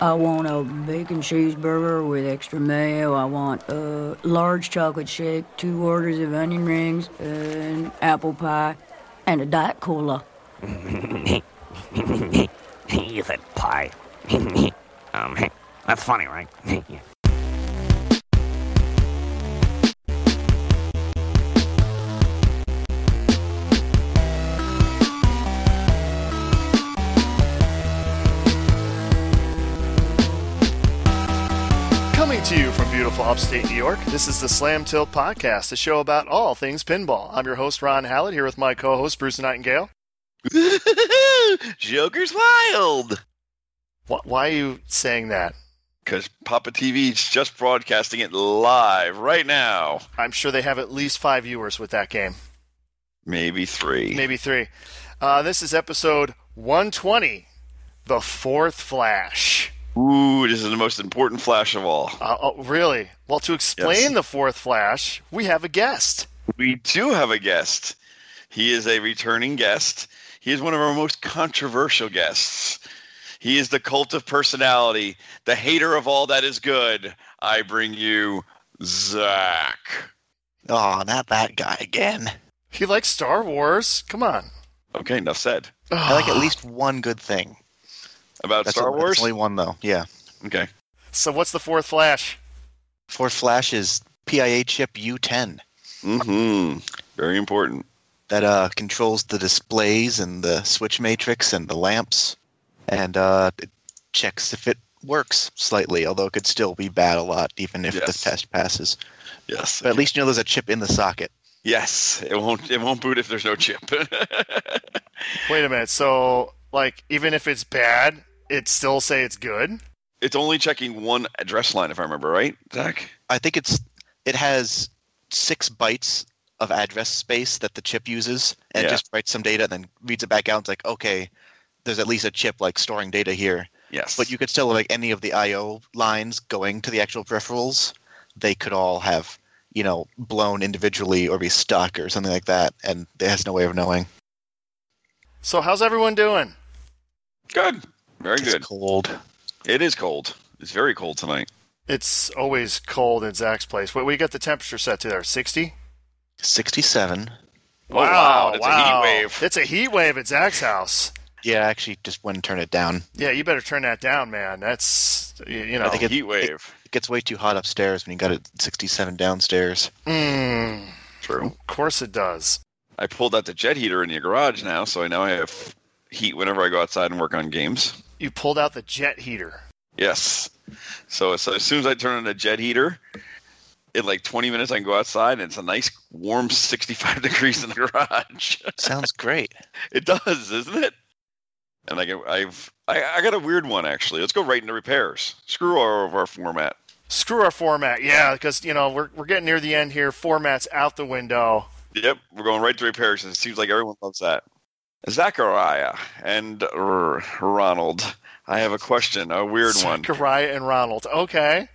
I want a bacon cheeseburger with extra mayo. I want a large chocolate shake, two orders of onion rings, an apple pie, and a diet cola. you said pie. um, that's funny, right? Coming to you from beautiful upstate New York, this is the Slam Tilt Podcast, a show about all things pinball. I'm your host, Ron Hallett, here with my co host, Bruce Nightingale. Joker's wild. Wh- Why are you saying that? Because Papa TV is just broadcasting it live right now. I'm sure they have at least five viewers with that game, Maybe three. maybe three. Uh, this is episode 120, The Fourth Flash. Ooh, this is the most important flash of all. Uh, oh, really? Well, to explain Yes. The Fourth Flash, we have a guest. We do have a guest. He is a returning guest. He is one of our most controversial guests. He is the cult of personality, the hater of all that is good. I bring you Zach. Oh, not that guy again. He likes Star Wars. Come on. Okay, enough said. I like at least one good thing. About That's Star that's Wars? only one though. Yeah. Okay. So, what's The Fourth Flash? Fourth Flash is PIA chip U10 Mm-hmm. Very important. that uh, controls the displays and the switch matrix and the lamps, and uh, it checks if it works slightly. Although it could still be bad a lot, even if Yes. the test passes. Yes. But at least you know there's a chip in the socket. Yes, it won't. It won't boot if there's no chip. Wait a minute. So, like, even if it's bad, it still say it's good. it's only checking one address line, if I remember right, Zach. I think it's it has six bytes of address space that the chip uses, and it Yeah. just writes some data and then reads it back out. And it's like, okay, there's at least a chip like storing data here, Yes, but you could still have, like any of the I/O lines going to the actual peripherals. They could all have you know blown individually or be stuck or something like that, and it has no way of knowing. So, how's everyone doing? good. Very It's good. cold. It is cold. It's very cold tonight. It's always cold in Zach's place. Wait, we got the temperature set to there, 60? Sixty-seven. Oh, wow, that's a heat wave. It's a heat wave at Zach's house. Yeah, I actually just wouldn't turn it down. Yeah, you better turn that down, man. That's, y- you know. I think it- heat wave. It gets way too hot upstairs when you got it sixty-seven downstairs. Mm, True. of course it does. I pulled out the jet heater in the garage now, so I now have heat whenever I go outside and work on games. You pulled out the jet heater. Yes. So, so as soon as I turn on the jet heater, in like 20 minutes I can go outside and it's a nice warm 65 degrees in the garage. Sounds great. It does, isn't it? And I get, I've I, I got a weird one actually. Let's go right into repairs. Screw all of our format. Screw our format. Yeah, because, you know, we're, we're getting near the end here. Format's out the window. Yep, we're going right to repairs. and It seems like everyone loves that. Zachariah and R- Ronald, I have a question, a weird one. Zachariah and Ronald. Okay.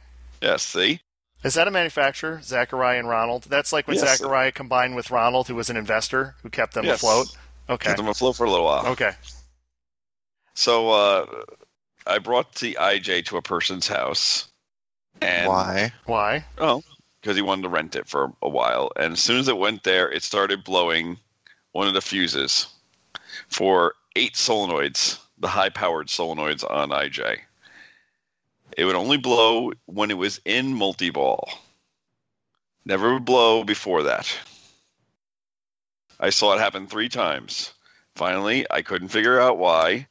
Yes, see, Is that a manufacturer, Zachariah and Ronald? That's like when Yes. Zachariah combined with Ronald, who was an investor who kept them Yes. afloat. Okay. kept them afloat for a little while. Okay. So uh, I brought the IJ to a person's house, and Why? Why? Oh, because he wanted to rent it for a while. And as soon as it went there, it started blowing one of the fuses for eight solenoids, the high powered solenoids on IJ. It would only blow when it was in multi ball, never would blow before that. I saw it happen three times. Finally, I couldn't figure out why.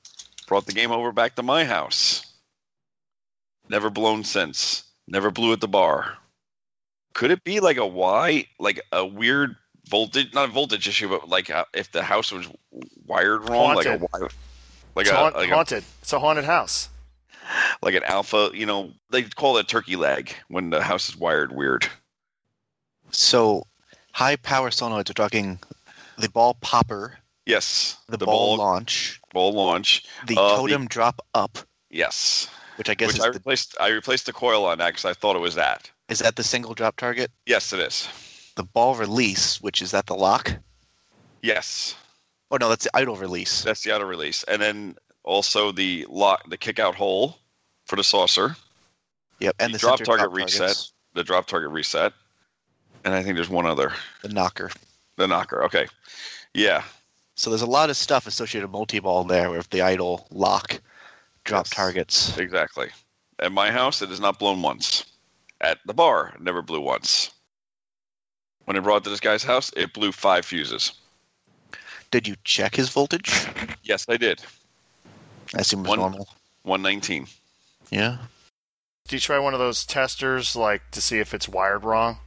Brought the game over back to my house. Never blown since. Never blew at the bar. Could it be like a why, like a weird voltage, not a voltage issue, but like uh, if the house was wired wrong, like a why, like it's a, haunt- like a haunted. It's a haunted house. like an alpha, you know, they call it a turkey leg when the house is wired weird. So, high power solenoids. We're talking the ball popper, Yes. the, ball, launch, ball launch. the uh, the- totem drop up, Yes. which I guess Which is, I the, replaced I replaced the coil on that because I thought it was that. is that the single drop target. Yes, it is. The ball release, which is that the lock. Yes. Oh no, that's the idle release. That's the auto release. And then also the lock the kick out hole for the saucer, Yep. And The the drop center target top targets, reset. the drop target reset, and I think there's one other, the knocker. the knocker. Okay, yeah, So there's a lot of stuff associated with multi-ball there with the idle lock, drop Yes. targets. exactly. At my house, it is not blown once. At the bar, it never blew once. When I brought it to this guy's house, it blew five fuses. Did you check his voltage? Yes, I did. That seems One- normal. 119. Yeah. Do you try one of those testers, like to see if it's wired wrong?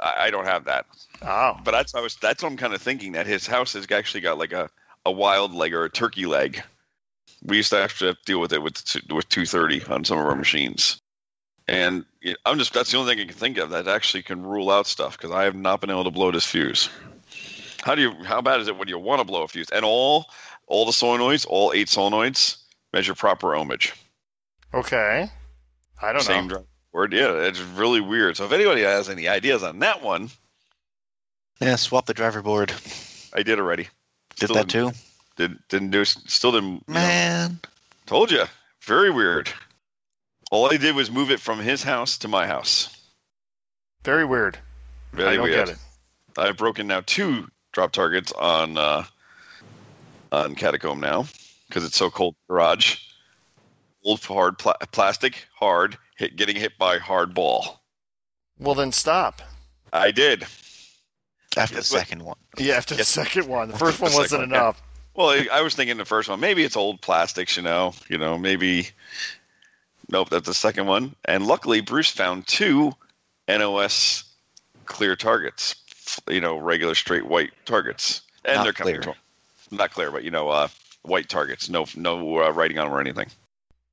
I, I don't have that. Oh, But that's I was that's what I'm kind of thinking that his house has actually got like a, a wild leg or a turkey leg. We used to actually have to deal with it with t- with 230 on some of our machines, and yeah, I'm just that's the only thing I can think of that actually can rule out stuff because I have not been able to blow this fuse. How do you how bad is it when you want to blow a fuse? And all all the solenoids, all eight solenoids, measure proper ohmage. okay. I don't Same know. drive board. Yeah, it's really weird. So if anybody has any ideas on that one, Yeah. Swap the driver board. I did already. Did Still that too? Did didn't do. Still didn't. you know, Man. Told you. Very weird. All I did was move it from his house to my house. Very weird. Very I don't weird. get it. I've broken now two drop targets on uh, on Catacomb now because it's so cold in the garage. Old hard pla- plastic, hard hit, getting hit by hard ball. Well, then stop. I did. After the Yes, but- second one. Yeah, after the Yes. second one, the first The one wasn't second one, yeah. enough. Well, I, I was thinking the first one. Maybe it's old plastics, you know. You know, maybe. Nope, that's the second one. And luckily, Bruce found two NOS clear targets. f- You know, regular straight white targets, and Not they're coming. clear. To, not clear, but you know, uh, white targets. No, no uh, writing on them or anything.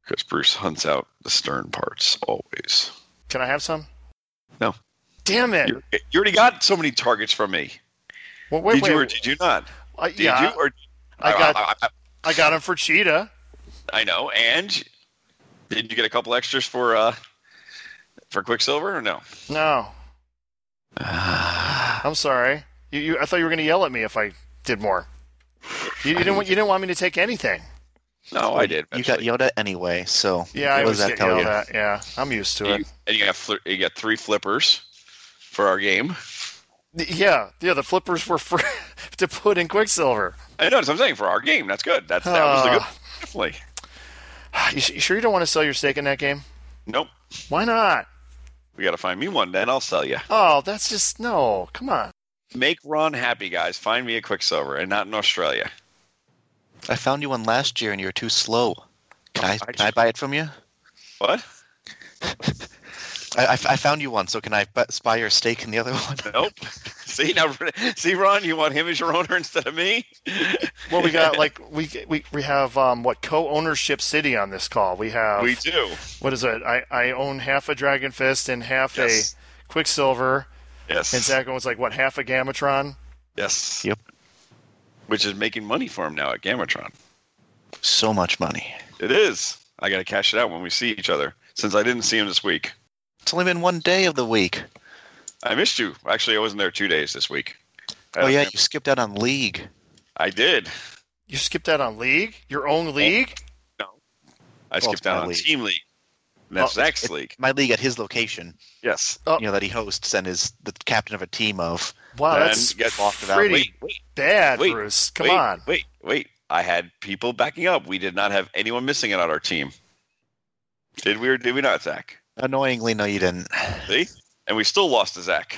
Because Bruce hunts out the stern parts always. Can I have some? No. Damn it! You, you already got so many targets from me. Well, wait, did wait. you or did you not? I, Did yeah, you or I got- I- I- I got him for Cheetah. I know. And did you get a couple extras for uh for Quicksilver or no? No, Ah. I'm sorry. You, you, I thought you were going to yell at me if I did more. You, you didn't. want- You didn't want me to take anything. No, I did. You got eventually. Yoda anyway, so Yeah, I what always does that get tell yelled you? at. Yeah, I'm used to it. You- and you got fli you got three flippers for our game. Yeah, yeah. The flippers were for to put in Quicksilver. I know that's what I'm saying for our game. That's good. That's that was the good. Definitely. You, s- you sure you don't want to sell your stake in that game? Nope. Why not? We got to find me one. Then I'll sell you. Oh, that's just no. Come on. Make Ron happy, guys. Find me a Quicksilver, and not in Australia. I found you one last year and you're too slow. Can I, I can ju- I buy it from you? What? I, I f- I found you one, so can I bu- buy your stake in the other one? Nope. see now, see Ron. You want him as your owner instead of me? Well, we got like we we we have um what co-ownership city on this call. We have we do. what is it? I I own half a Dragon Fist and half Yes. a Quicksilver, Yes. and Zach owns like what half a Gamatron. Yes. Yep. Which is making money for him now at Gamatron. So much money. It is. I got to cash it out when we see each other. Since I didn't see him this week, It's only been one day of the week. I missed you. Actually, I wasn't there two days this week. I oh don't yeah, think- you skipped out on league. I did. You skipped out on league, your own league. I skipped it's my out on league. team league. And that's Well, Zach's league. My league at his location, Yes. Oh. you know, that he hosts and is the captain of a team of. Wow, And Ah, that's get walked without- pretty Wait, wait, bad, wait, Bruce. Come wait, on. Wait, wait. I had people backing up. We did not have anyone missing it on our team. Did we or did we not, Zach? Annoyingly, no, you didn't. See? And we still lost to Zach.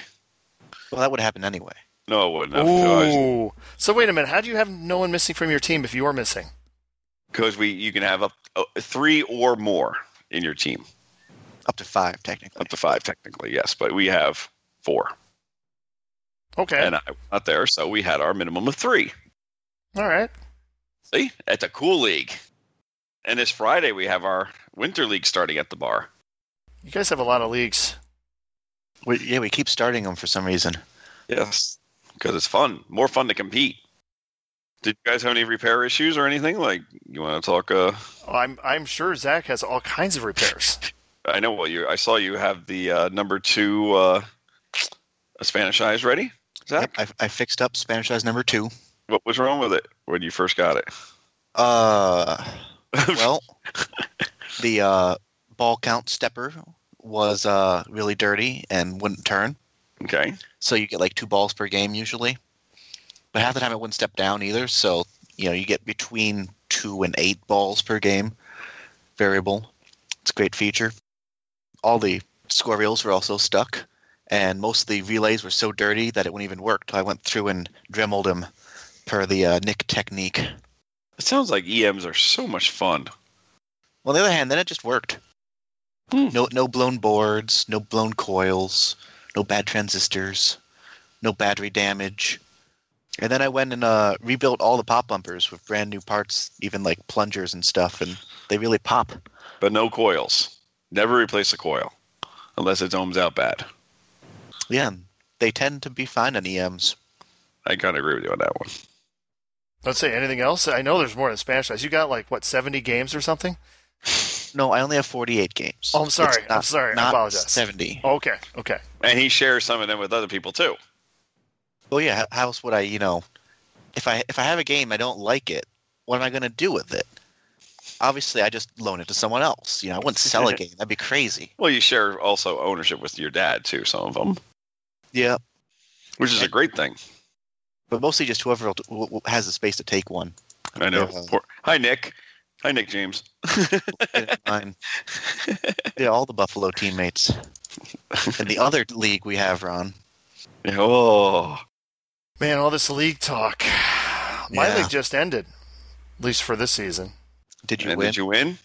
Well, that would happen anyway. No, it wouldn't have. No, I was- Ooh. So wait a minute. How do you have no one missing from your team if you are missing? because we you can have up uh, three or more in your team Up to five, technically. up to five technically yes but we have four Okay. and i was not there so we had our minimum of three All right. see that's a cool league and this friday we have our winter league starting at the bar You guys have a lot of leagues. We, yeah, we keep starting them for some reason. yes because it's fun more fun to compete did you guys have any repair issues or anything like you want to talk uh I'm I'm sure Zach has all kinds of repairs. i know well you i saw you have the uh number two uh spanish eyes ready Yep, zach I, I fixed up Spanish eyes number two. what was wrong with it when you first got it Uh, well, the uh, ball count stepper was uh, really dirty and wouldn't turn. Okay. So you get like two balls per game usually. But half the time it wouldn't step down either. So, you know, you get between two and eight balls per game variable. It's a great feature. All the score reels were also stuck. And most of the relays were so dirty that it wouldn't even work. So I went through and dremeled them per the uh, Nick technique. It sounds like EMs are so much fun. Well, on the other hand, then it just worked. Hmm. No, no blown boards, no blown coils, no bad transistors, no battery damage. And then I went and uh, rebuilt all the pop bumpers with brand new parts, even like plungers and stuff, and they really pop. But no coils. Never replace a coil unless it ohms out bad. Yeah, they tend to be fine on E EMs. I kind of agree with you on that one. Let's say anything else. I know there's more than Spanish Eyes. You got like what 70 games or something? No, I only have 48 games. Oh, I'm sorry. It's I'm sorry. I Not apologize. 70. Oh. Okay, okay. And he shares some of them with other people too. Well, oh, yeah. h- How else would I, you know, if I if I have a game I don't like it, what am I going to do with it? Obviously, I just loan it to someone else. You know, I wouldn't sell a game. That'd be crazy. Well, you share also ownership with your dad too, some of them, Yeah, which is a great thing. but mostly just whoever will- who- who has the space to take one. I know. Yeah. Poor- Hi, Nick. Hi, Nick James. Get it Mine, yeah, all the Buffalo teammates. And the other league we have, Ron. oh, Man, all this league talk. My Yeah. league just ended, at least for this season. Did you and win? did you win?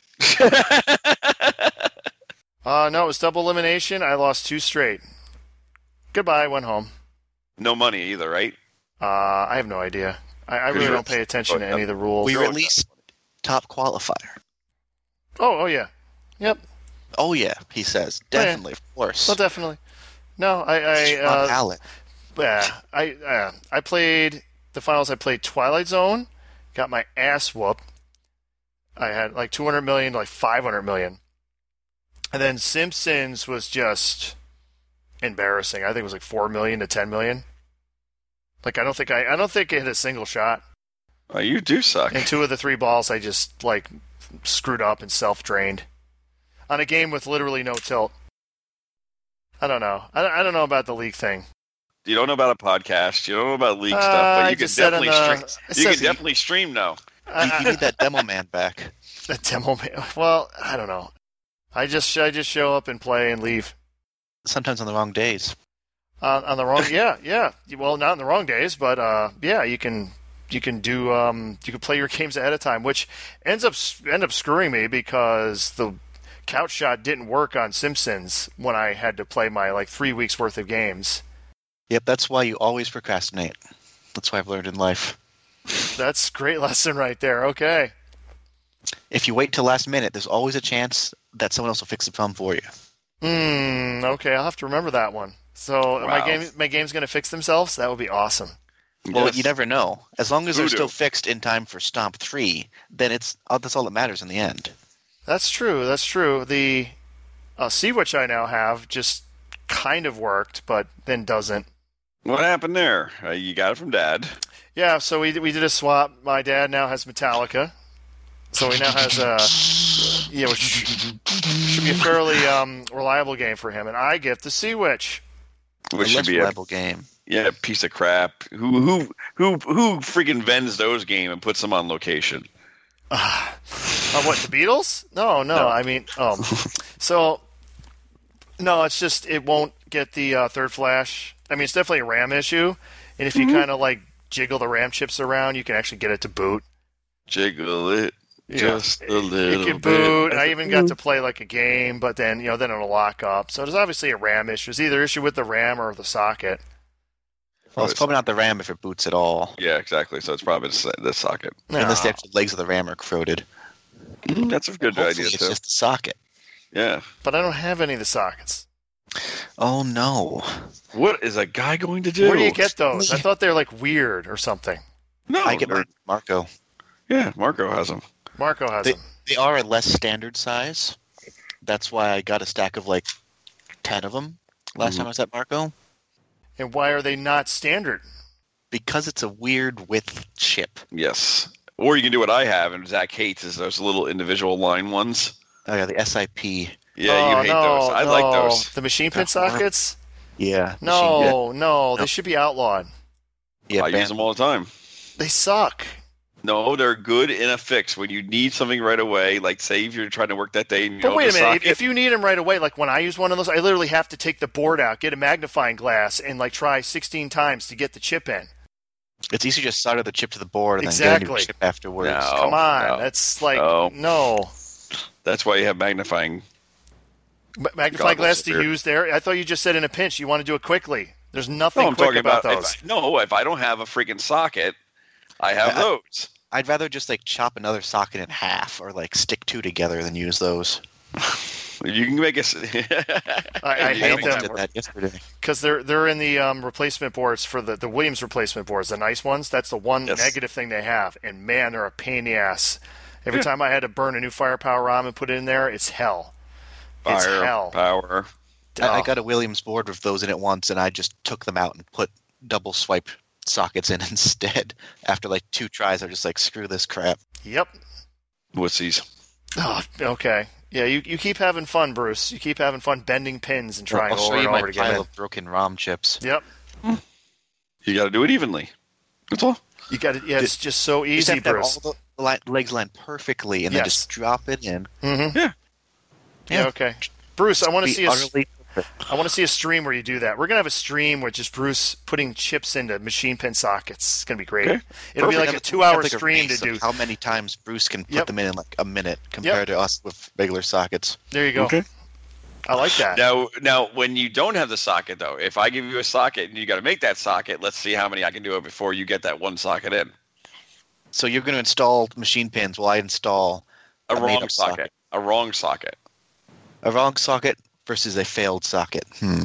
Uh, no, it was double elimination. I lost two straight. Goodbye. Went home. no money either, right? Uh, I have no idea. I, I Good really job. don't pay attention to any of the rules. we Zero were at least top qualifier. oh, oh yeah, yep. Oh yeah, he says Oh, yeah. definitely, of course. Well, definitely. No, I, I, Ron uh, Allen. yeah, I, uh, I played the finals. I played Twilight Zone. Got my ass whooped. I had like 200 million, to like 500 million, and then Simpsons was just embarrassing. I think it was like four million to 10 million. Like I don't think I, I don't think it hit a single shot. Oh, you do suck. And two of the three balls I just like screwed up and self drained on a game with literally no tilt. I don't know. I don't, I don't know about the league thing. You don't know about a podcast. You don't know about league Uh, stuff, I but you can just said on definitely the- stream. I You said- can definitely stream now. You, you I, need that demo man back. I, the demo man. Well, I don't know. I just I just show up and play and leave Sometimes on the wrong days. on, on the wrong. Yeah, yeah. Well, not on the wrong days, but uh, yeah, you can you can do um, you can play your games ahead of time, which ends up end up screwing me because the couch shot didn't work on Simpsons when I had to play my like three weeks worth of games. Yep, that's why you always procrastinate. That's what I've learned in life. That's a great lesson right there. Okay. If you wait till last minute, there's always a chance that someone else will fix the problem for you. Hmm. Okay, I'll have to remember that one. So my Wow. game, my game's gonna fix themselves. That would be awesome. Well, Yes. you never know. As long as they're Voodoo. still fixed in time for Stomp Three, then it's oh, that's all that matters in the end. That's true. That's true. The uh, see which I now have just kind of worked, but then doesn't. What happened there? Uh, you got it from dad. Yeah. So we we did a swap. My dad now has Metallica, so he now has a yeah, which should be a fairly um, reliable game for him, and I get the Sea Witch. Which a should less be a reliable game. yeah piece of crap. Who who who who freaking vends those game and puts them on location? Uh, what the Beatles? No, no. I mean, um, so no, it's just it won't get the uh, third flash. I mean, it's definitely a RAM issue, and if you kind of like jiggle the RAM chips around, you can actually get it to boot. Jiggle it just a little You can bit. boot. I even got to play like a game, but then you know, then it'll lock up. So there's obviously a RAM issue. It's either issue with the RAM or the socket. Well, it's probably not the RAM if it boots at all, Yeah, exactly. So it's probably the s- the socket. unless the actual legs of the RAM are corroded. Mm. That's a good Hopefully, idea it's too. just the socket. Yeah. But I don't have any of the sockets. Oh no! What is a guy going to do? Where do you get those? I thought they're like weird or something. No, I get Oh, they're- my Marco. Yeah, Marco has them. Marco has They- them. They are a less standard size. That's why I got a stack of like ten of them Mm-hmm. last time I was at Marco And why are they not standard? because it's a weird width chip. Yes. Or you can do what I have, and Zach hates is those little individual line ones. Oh yeah, the SIP. Yeah, Oh, you hate no, those. I no. like those. The machine pin That's the one. sockets? Yeah. machine gun. No, Oh, no, they Nope. should be outlawed. Yeah, I ban- use them all the time. They suck. No, they're good in a fix when you need something right away. Like, say if you're trying to work that day, and you But know, wait a the minute, if, socket- if you need them right away, like when I use one of those, I literally have to take the board out, get a magnifying glass, and like try 16 times to get the chip in. It's easy to just solder the chip to the board and then get a Exactly. new chip afterwards. No. Come on, Oh, no. that's like No. no that's why you have magnifying. Ma- magnifying Goggles glass to here. use there. I thought you just said in a pinch you want to do it quickly. There's nothing No, I'm quick talking about, about, those. If I, no. If I don't have a freaking socket, I have Yeah. those. I'd rather just like chop another socket in half or like stick two together than use those. You can make a. s- I, I Yeah, hate makes them did that yesterday. because they're they're in the um, replacement boards for the, the Williams replacement boards, the nice ones. That's the one Yes. negative thing they have, and man, they're a pain in the ass. Every time I had to burn a new firepower ROM and put it in there, it's hell. It's Fire, hell. power. I, I Oh. got a Williams board with those in it once, and I just took them out and put double swipe sockets in instead. After like two tries, I'm just like, screw this crap. Yep. Wussies. Oh, okay. Yeah, you, you keep having fun, Bruce. You keep having fun bending pins and trying I'll show over you and my over again. pile of broken ROM chips. Yep. You got to do it evenly. That's all. You got it. Yeah, it's just so You just easy, have to have Bruce. all the li- legs lined perfectly, and then Yes. just drop it in. Mm-hmm. Yeah. Yeah. Okay. Bruce, I want to Be see a, utterly perfect. I want to see a stream where you do that. We're gonna have a stream with just Bruce putting chips into machine pin sockets. It's gonna be great. Okay. It'll Perfect. be like a Have two-hour have, like, a stream to race of do. How many times Bruce can put Yep. them in in like a minute compared to us with regular sockets? There you go. Okay. I like that. Now, now, when you don't have the socket though, if I give you a socket and you got to make that socket, let's see how many I can do it before you get that one socket in. So you're going to install machine pins while I install A A wrong made-up socket. socket. A wrong socket. a wrong socket versus a failed socket. Hmm.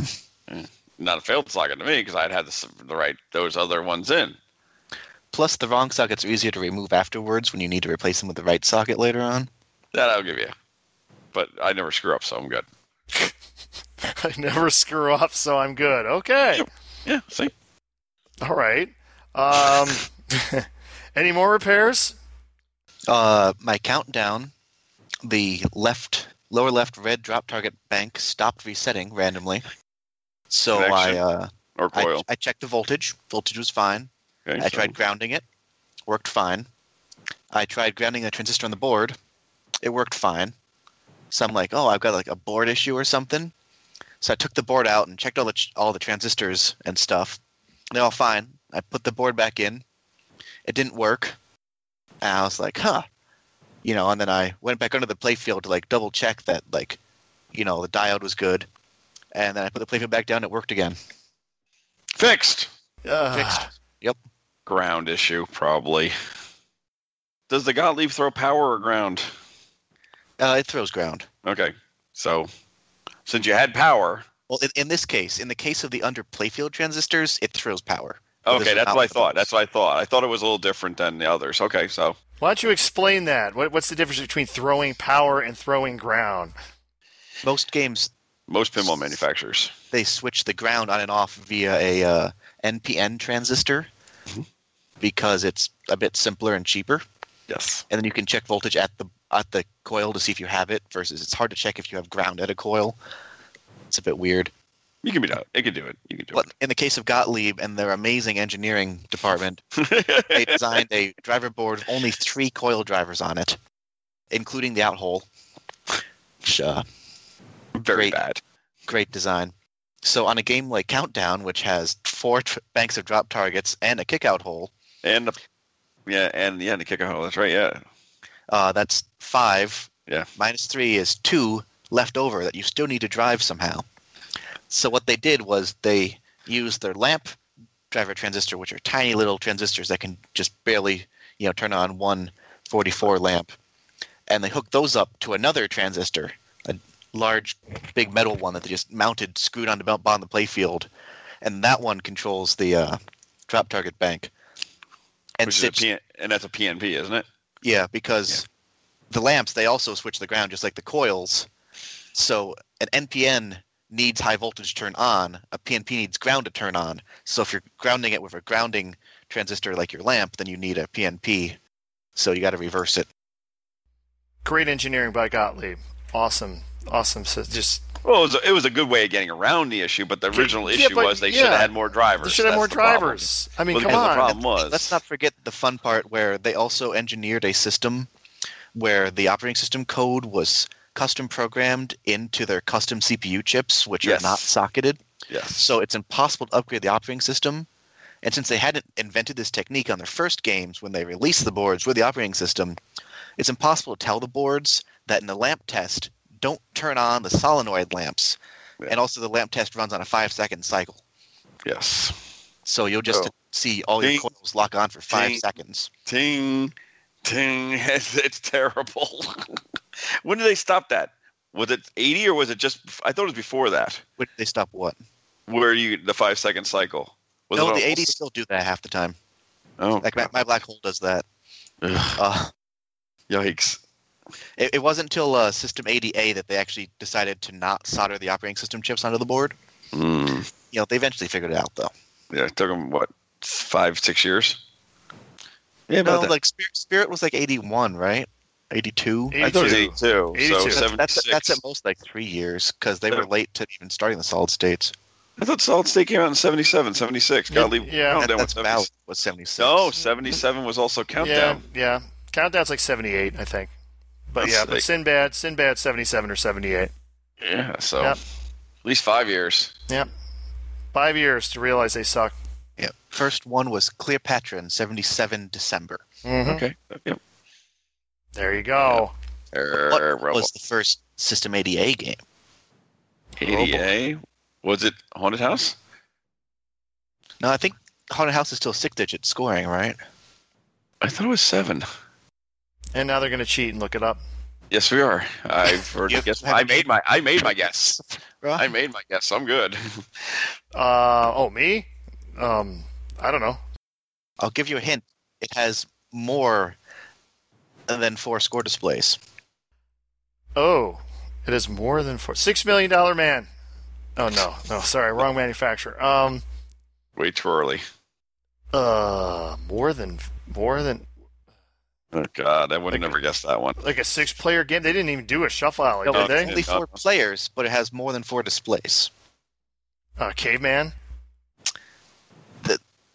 Not a failed socket to me because I'd had the, the right those other ones in. Plus, the wrong sockets are easier to remove afterwards when you need to replace them with the right socket later on. That I'll give you. But I never screw up, so I'm good. I never screw up, so I'm good. Okay. Yeah, see. All right. Um, any more repairs? Uh, my countdown, the left lower left red drop target bank stopped resetting randomly. So I, Connection. uh, Or I coil. I checked the voltage. Voltage was fine. Okay, I so- tried grounding it, worked fine. I tried grounding a transistor on the board, it worked fine. So I'm like, oh, I've got like a board issue or something. So I took the board out and checked all the ch- all the transistors and stuff. They're all fine. I put the board back in. It didn't work. And I was like, huh, you know. And then I went back under the playfield to like double check that like, you know, the diode was good. And then I put the playfield back down. It worked again. Fixed. Uh, Fixed. Ground issue, probably. Does the Gottlieb throw power or ground? Uh, it throws ground. Okay. So since you had power, Well, in, in this case, in the case of the under playfield transistors, it throws power. Well, Okay, there's that's what I output. thought. That's what I thought. I thought it was a little different than the others. Okay, so why don't you explain that? What, what's the difference between throwing power and throwing ground? Most games most pinball manufacturers. they switch the ground on and off via a uh, NPN transistor Mhm. because it's a bit simpler and cheaper, Yes. and then you can check voltage at the at the coil to see if you have it. Versus, it's hard to check if you have ground at a coil. It's a bit weird. You can be done. It can do it. You can do But in the case of Gottlieb and their amazing engineering department, they it. designed a driver board with only three coil drivers on it, including the outhole. Which, uh, Very great. bad. great design. So on a game like Countdown, which has four tr banks of drop targets and a kickout hole, And the, yeah, and yeah, and the kicker hole. That's right. Yeah. uh, that's five. Yeah. Minus three is two left over that you still need to drive somehow. So what they did was they used their lamp driver transistor, which are tiny little transistors that can just barely, you know, turn on one 44 lamp, and they hooked those up to another transistor, a large, big metal one that they just mounted, screwed onto the bottom of the playfield, and that one controls the uh, drop target bank. And Which is a sits P- and that's a PNP, isn't it? yeah, because the lamps they also switch the ground just like the coils. So an NPN needs high voltage to turn on, a PNP needs ground to turn on. So if you're grounding it with a grounding transistor like your lamp, then you need a PNP. So you got to reverse it. Great engineering by Gottlieb. awesome, awesome. So just Well, it was, a, it was a good way of getting around the issue, but the original yeah, issue but- was they yeah. should have had more drivers. they should have That's more the problem. drivers. I mean, Well, come and the on. problem was Let's not forget the fun part where they also engineered a system where the operating system code was custom programmed into their custom CPU chips, which Yes. are not socketed. Yes. So it's impossible to upgrade the operating system. And since they hadn't invented this technique on their first games when they released the boards with the operating system, it's impossible to tell the boards that in the lamp test, don't turn on the solenoid lamps. Yeah. And also, the lamp test runs on a five second cycle. Yes. So you'll just Oh. see all your Ding. coils lock on for five Ding. seconds. Ting, ting. It's, it's terrible. when did they stop that? Was it 80 or was it just? I thought it was before that. Would they stop what? Where you the five second cycle? Was it no, on- the 80s still do that half the time. Oh, Like my, my black hole does that. Ugh, Uh, yikes. it, it wasn't until uh, System 80A that they actually decided to not solder the operating system chips onto the board. Mm. You know, they eventually figured it out though. Yeah, it took them what five, six years. Yeah, no, about that. like Spirit, Spirit was like 81, right? 82. I thought it was 82. 82. 82. So That's- That's, 76. that's, that's at most like three years because they were late to even starting the solid states. I thought Solid State came out in 77, 76. Yeah, Godly yeah. Countdown That, that's Oh, was 76. Valve was 76. No, 77 was also yeah, Countdown. yeah. Countdown's like seventy-eight, I think. But That's yeah, but like- Sinbad, Sinbad, seventy-seven or seventy-eight. Yeah, so Yep. at least five years. Yep. Five years to realize they suck. Yeah. First one was Cleopatra in 77 December. Mm-hmm. Mhm. Okay. Yep. There you go. Er, What Rebel. was the first System 80A game? ADA? Was it Haunted House? No, I think Haunted House is still six digit scoring, right? I thought it was seven. And now they're gonna cheat and look it up. Yes, we are. I've already You guessed. have- I made my. I made my guess. Right. I made my guess. I'm good. Uh oh, me? Um, I don't know. I'll give you a hint. It has more than four score displays. Oh, it is more than four. Six million dollar man. Oh no, no, sorry, wrong manufacturer. Um, Way too early. uh, more than more than Oh God, I would have Like- never guessed that one. like a six player game. They didn't even do a shuffle alley, No, did it's okay. they? only four Uh-huh. players, but it has more than four displays. Uh, caveman.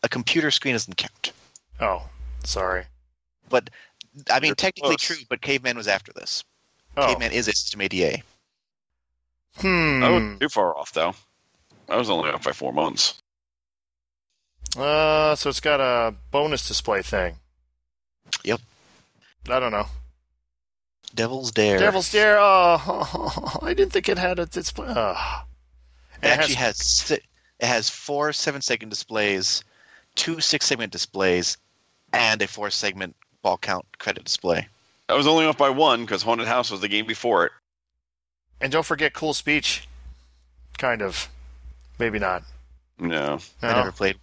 A computer screen doesn't count. Oh, sorry. But I mean, You're technically close. true. But Caveman was after this. Oh, Caveman is a System 80A. hmm. I wasn't too far off though. I was only off by four months. Uh, so it's got a bonus display thing. Yep. I don't know. Devil's Dare. Devil's Dare. Oh, I didn't think it had a display. Ugh. It And it actually has si- it has four seven segment displays, two six segment displays, and a four segment ball count credit display. I was only off by one because Haunted House was the game before it. And don't forget cool speech. Kind of. Maybe not. No, No. I never played.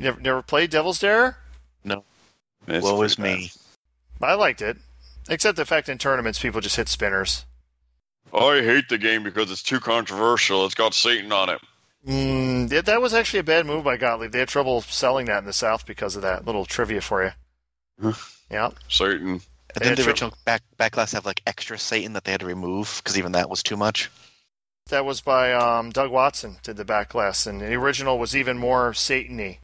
never, never played Devil's Dare? it's Woe is pretty me. I liked it. Except the fact in tournaments people just hit spinners. bad. I hate the game because it's too controversial. It's got Satan on it. Mm, that, that was actually a bad move by Gottlieb. They had trouble selling that in the South because of that. Little trivia for you. Huh. yeah. Satan. And then Yeah, the true. original back backlash have like extra Satan that they had to remove because even that was too much. That was by um, Doug Watson did the backlash, and the original was even more Satan-y.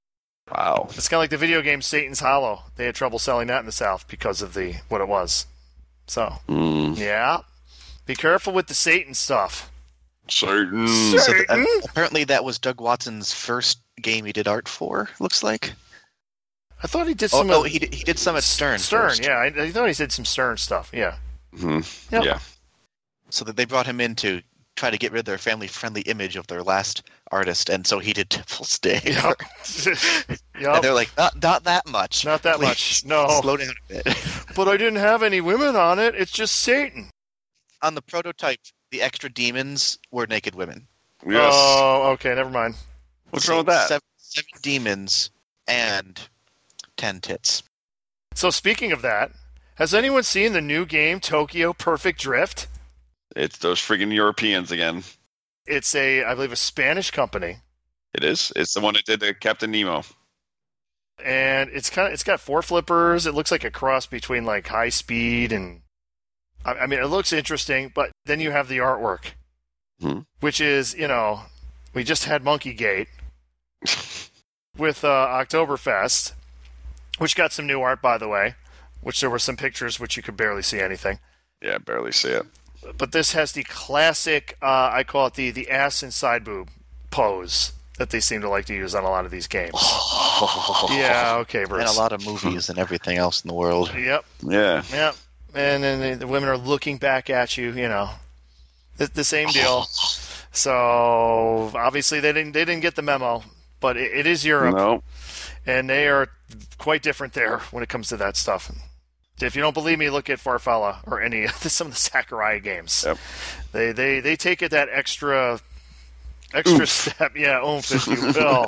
Wow. It's kind of like the video game Satan's Hollow. They had trouble selling that in the South because of the what it was. So Mm. yeah, be careful with the Satan stuff. Satan. So th- Satan? apparently that was Doug Watson's first game he did art for. Looks like. I thought he did Oh some. no, of- he did, he did some at Stern. Stern, first. yeah. I, I thought he did some Stern stuff. Yeah. Mhm. Yep. Yeah. So that they brought him in to try to get rid of their family friendly image of their last artist, and so he did Devil's Dare. Yep. And yep. they're like, not not that much. Not that Please, much. No. Slow down a bit. But I didn't have any women on it. It's just Satan. On the prototype, the extra demons were naked women. Yes. Oh, okay. Never mind. What's So wrong with that? Seven, seven demons and ten tits. So speaking of that, has anyone seen the new game Tokyo Perfect Drift? It's those friggin' Europeans again. It's a, I believe, a Spanish company. It is. It's the one that did the Captain Nemo. and it's kind of it's got four flippers. It looks like a cross between like high speed and I, I mean, it looks interesting, but then you have the artwork, Hmm. which is you know, we just had Monkey Gate with uh, Oktoberfest, which got some new art by the way, which there were some pictures which you could barely see anything. Yeah, I barely see it. But this has the classic, uh, I call it the the ass inside boob pose that they seem to like to use on a lot of these games. yeah, okay, Bruce. Oh. and a lot of movies and everything else in the world. Yep. Yeah. Yep. And then the, the women are looking back at you, you know. The, the same deal. So obviously they didn't they didn't get the memo, but it, it is Europe No. and they are quite different there when it comes to that stuff. If you don't believe me, look at Farfalla or any of the- some of the Sakurai games. Yep. They they they take it that extra extra step, yeah, oomph if you will.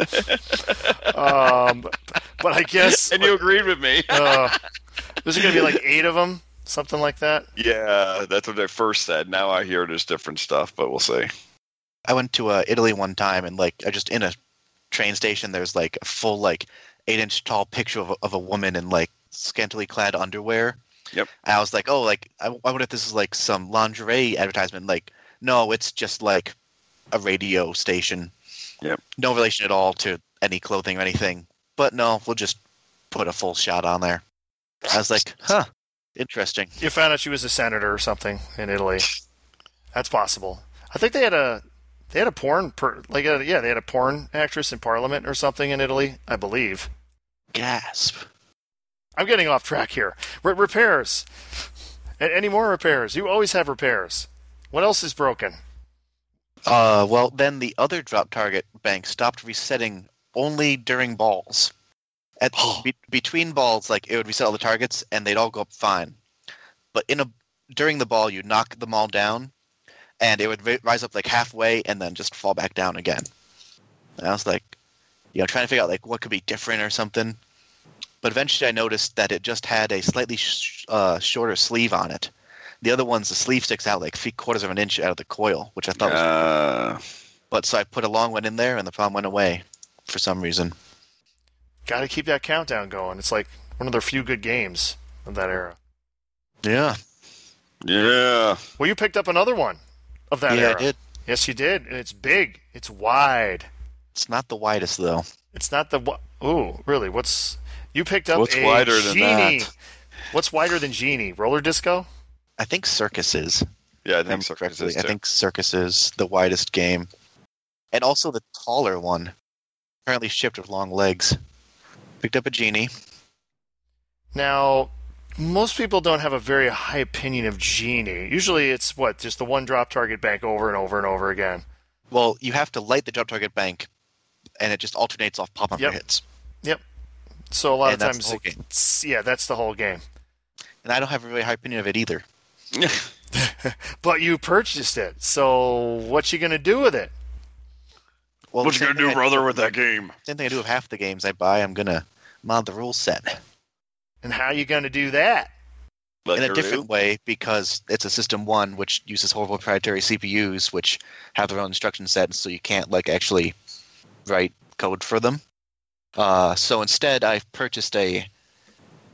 um, but I guess And you agreed with me. uh, there's going to be like eight of them, something like that. Yeah, that's what I first said. Now I hear there's different stuff, but we'll see. I went to uh, Italy one time, and like I just in a train station, there's like a full like eight inch tall picture of a, of a woman in like scantily clad underwear. Yep. And I was like, oh, like I, I wonder if this is like some lingerie advertisement. Like, no, it's just like a radio station. Yep. No relation at all to any clothing or anything. But no, we'll just put a full shot on there. I was like, huh, interesting. You found out she was a senator or something in Italy. That's possible. I think they had a they had a porn per, like uh yeah they had a porn actress in Parliament or something in Italy, I believe. Gasp. I'm getting off track here. R- repairs. A- any more repairs? You always have repairs. What else is broken? Uh, well, then the other drop target bank stopped resetting only during balls. At be- between balls, like it would reset all the targets, and they'd all go up fine. But in a during the ball, you knock them all down, and it would ri- rise up like halfway, and then just fall back down again. And I was like, you know, trying to figure out like what could be different or something. But eventually, I noticed that it just had a slightly sh- uh, shorter sleeve on it. The other one's the sleeve sticks out like three quarters of an inch out of the coil, which I thought was Uh, but so I put a long one in there, and the problem went away for some reason. Got to keep that countdown going. It's like one of the few good games of that era. Yeah, yeah. Well, you picked up another one of that yeah, era. I did. Yes, you did, and it's big. It's wide. It's not the widest though. It's not the wi- ooh, really? What's you picked up? What's a wider than genie. that? What's wider than genie? Roller disco? I think circuses. Yeah, I think so. correctly. I think circuses the widest game, and also the taller one. Apparently shipped with long legs. Picked up a genie. Now, most people don't have a very high opinion of genie. Usually, it's what just the one drop target bank over and over and over again. Well, you have to light the drop target bank, and it just alternates off pop up Yep. hits. So a lot And of that's times, the whole it- yeah, that's the whole game. And I don't have a really high opinion of it either. But you purchased it, so what you gonna do with it? Well, what you same gonna thing do, I- brother, with that game? Same thing I do with half the games I buy. I'm gonna mod the rule set. And how you gonna do that? Like in a your different new- way because it's a system one which uses horrible proprietary CPUs which have their own instruction sets, so you can't like actually write code for them. Uh, so instead, I've purchased a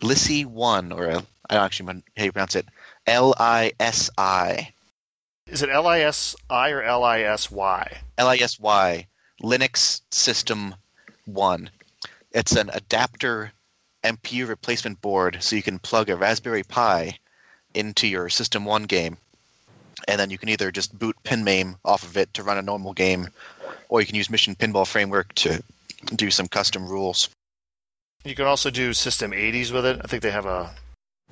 Lissy one or a, I don't actually know how you pronounce it. L I S I Is it L I S I or L I S Y? L I S Y Linux System One. It's an adapter MPU replacement board, so you can plug a Raspberry Pi into your System One game, and then you can either just boot PinMame off of it to run a normal game, or you can use Mission Pinball Framework to do some custom rules. You can also do System 80s with it. I think they have a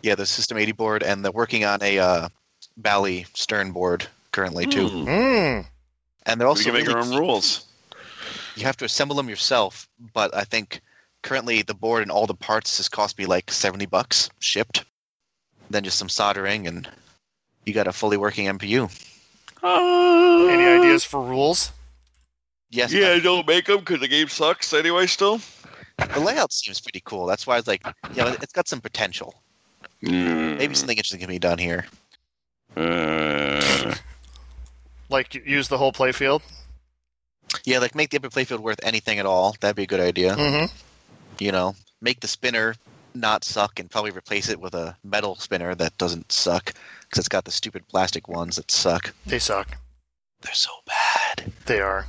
Yeah, the System 80 board, and they're working on a uh, Bally Stern board currently too, Hmm. Mm. and they're also we can make really our own rules. you have to assemble them yourself but i think currently the board and all the parts has cost me like 70 bucks shipped then just some soldering and you got a fully working mpu Any ideas for rules? yes Uh, Yeah, don't make them because the game sucks anyway. Still. the layout seems pretty cool that's why i was like you know it's got some potential Hmm. Mm-hmm. maybe something interesting can be done here Uh, Like use the whole playfield? yeah like make the upper playfield worth anything at all that'd be a good idea Mm-hmm. you know make the spinner not suck and probably replace it with a metal spinner that doesn't suck because it's got the stupid plastic ones that suck. They suck. They're so bad. They are.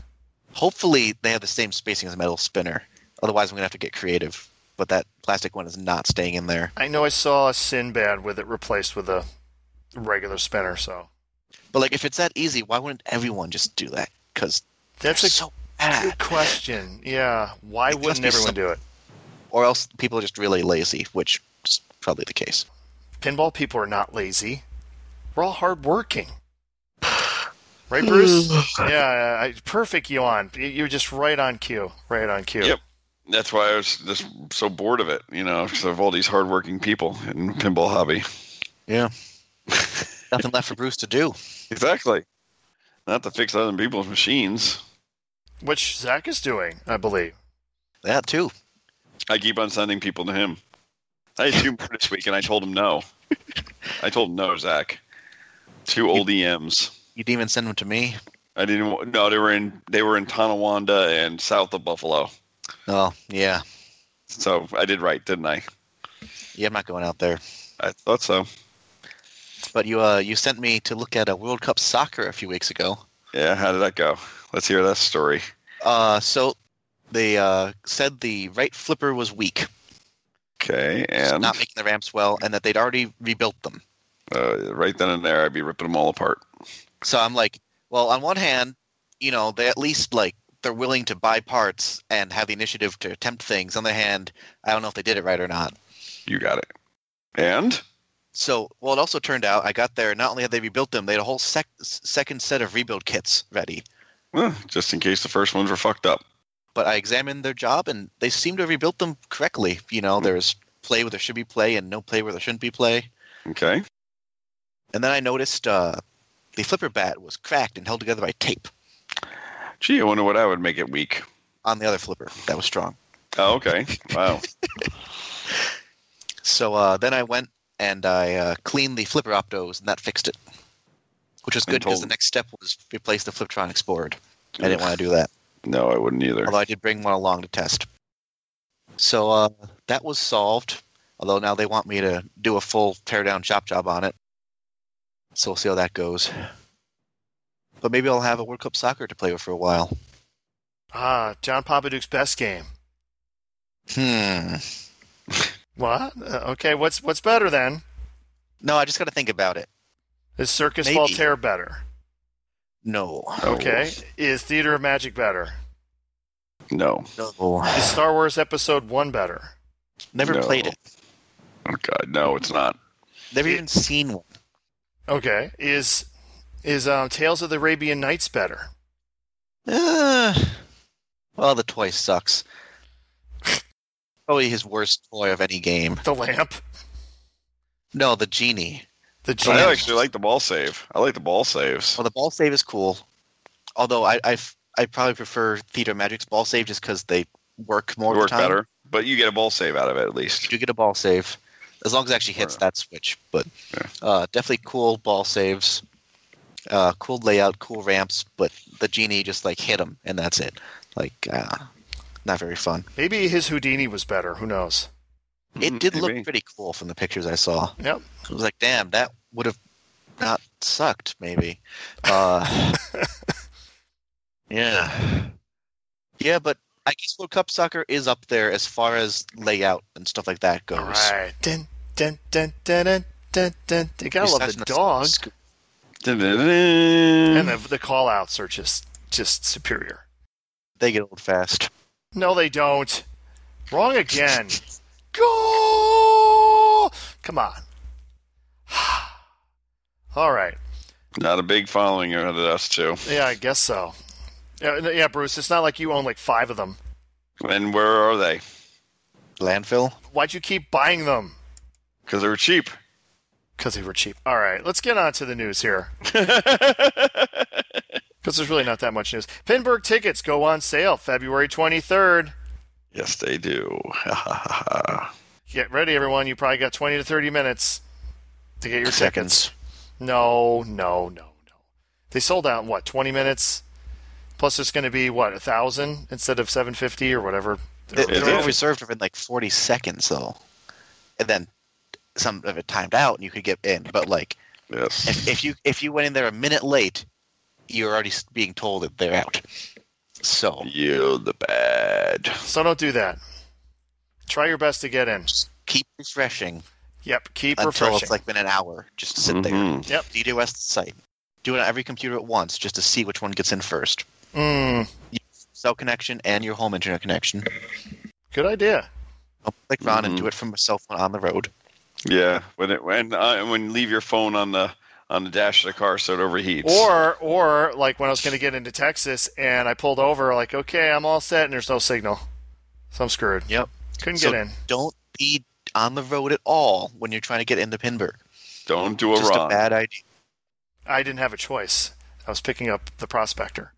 Hopefully, they have the same spacing as a metal spinner. Otherwise, I'm gonna have to get creative. But that plastic one is not staying in there. I know I saw a Sinbad with it replaced with a regular spinner, so But like, if it's that easy, why wouldn't everyone just do that? Because that's a they're so bad. good question. Yeah, why It must wouldn't be everyone some- do it? Or else people are just really lazy, which is probably the case. Pinball people are not lazy. We're all hardworking, right, Bruce? yeah, I, perfect yawn. You- You're just right on cue. Right on cue. Yep. That's why I was just so bored of it, you know, because of all these hardworking people in pinball hobby. Yeah. Nothing left for Bruce to do. Exactly. Not to fix other people's machines. Which Zach is doing, I believe. That too. I keep on sending people to him. I had two more this week, and I told him no. I told him no, Zach. Two old EMs. You didn't even send him to me. I didn't. wa- No, they were in. They were in Tonawanda and south of Buffalo. Oh yeah, So I did right, didn't I? yeah. I'm not going out there. I thought so. But you, uh, you sent me to look at a World Cup soccer a few weeks ago. Yeah. How did that go? Let's hear that story. Uh, so they uh, said the right flipper was weak, Okay. so And not making the ramps well, and that they'd already rebuilt them. uh, right then and there, I'd be ripping them all apart. So I'm like, well, on one hand, you know, they at least like they're willing to buy parts and have the initiative to attempt things. On the other hand, I don't know if they did it right or not. You got it. And So, well, it also turned out I got there. Not only had they rebuilt them, they had a whole sec- second set of rebuild kits ready. eh, just in case the first ones were fucked up. But I examined their job, and they seemed to have rebuilt them correctly. You know, there was play where there should be play, and no play where there shouldn't be play. Okay. And then I noticed uh, the flipper bat was cracked and held together by tape Gee, I wonder what I would make it weak. on the other flipper that was strong. Oh, okay. Wow. So uh, then I went and I uh, cleaned the flipper optos, and that fixed it, which was And good because told- the next step was replace the Fliptronics board. I didn't want to do that. No, I wouldn't either. although I did bring one along to test. So uh, that was solved, although now they want me to do a full teardown chop job on it. So we'll see how that goes. But maybe I'll have a World Cup soccer to play with for a while. Ah, John Papaduke's best game. Hmm. What? Uh, okay, what's what's better then? No, I just got to think about it. Is Circus Maybe. Voltaire better? No. Oh, Okay. Is Theater of Magic better? No. No. Is Star Wars Episode 1 better? Never No. played it. Oh God, no, it's not. Never even seen one. Okay. Is is um, Tales of the Arabian Nights better? Uh, well, the toy sucks. Probably his worst toy of any game. The Lamp? No, the genie. The I Genie? actually like the ball save. I like the ball saves. Well, the ball save is cool, although I I, I probably prefer Theater Magic's ball save just because they work more. They of the work time. better, but you get a ball save out of it at You least. do get a ball save as long as it actually hits that switch. But Yeah. uh, definitely cool ball saves, uh, cool layout, cool ramps. But the genie just like hit them and that's it. Like uh, not very fun. Maybe his Houdini was better. Who knows? It did maybe. look pretty cool from the pictures I saw. Mm-hmm. Yep. I was like, damn, that would have not sucked, maybe. Uh, yeah. Yeah, but I guess World Cup soccer is up there as far as layout and stuff like that goes. All right. Dun, dun, dun, dun, dun, dun, dun. You gotta You're love such the an- dog. And And the, the call outs are just, just superior. They get old fast. No, they don't. Wrong again. Goal! Come on. All right. Not a big following out of us two. Yeah, I guess so. Yeah, and- yeah, Bruce, it's not like you own like five of them. And where are they? Landfill? Why'd you keep buying them? Because they were cheap. Because they were cheap. All right, let's get on to the news here. Because there's really not that much news. Pinburg tickets go on sale February 23rd. Yes, they do. Get ready, everyone. You probably got 20 to 30 minutes to get your tickets. No, no, no, no. They sold out in what, 20 minutes? Plus, it's going to be what, a 1,000 instead of 750 or whatever? They, Yeah, they're they- all reserved within like 40 seconds, though. And then some of it timed out and you could get in. But like Yes. If, if you if you went in there a minute late, you're already s- being told that they're out. So Yield the bad. So don't do that. Try your best to get in. just keep refreshing Yep, keep until refreshing. it's like been an hour. Just sit there. Mhm. Yep. DDoS the site. Do it on every computer at once just to see which one gets in first. mm, Cell connection and your home internet connection. good idea. Don't click around and Mhm. do it from a cell phone on the road. Yeah. When it when uh, when you leave your phone on the on the dash of the car so it overheats. Or or like when I was going to get into Texas and I pulled over, like okay, I'm all set, and there's no signal, so I'm screwed. Yep. Couldn't So get in. don't be on the road at all when you're trying to get into Pinburg. don't do a Just wrong. a bad idea. I didn't have a choice. I was picking up the Prospector.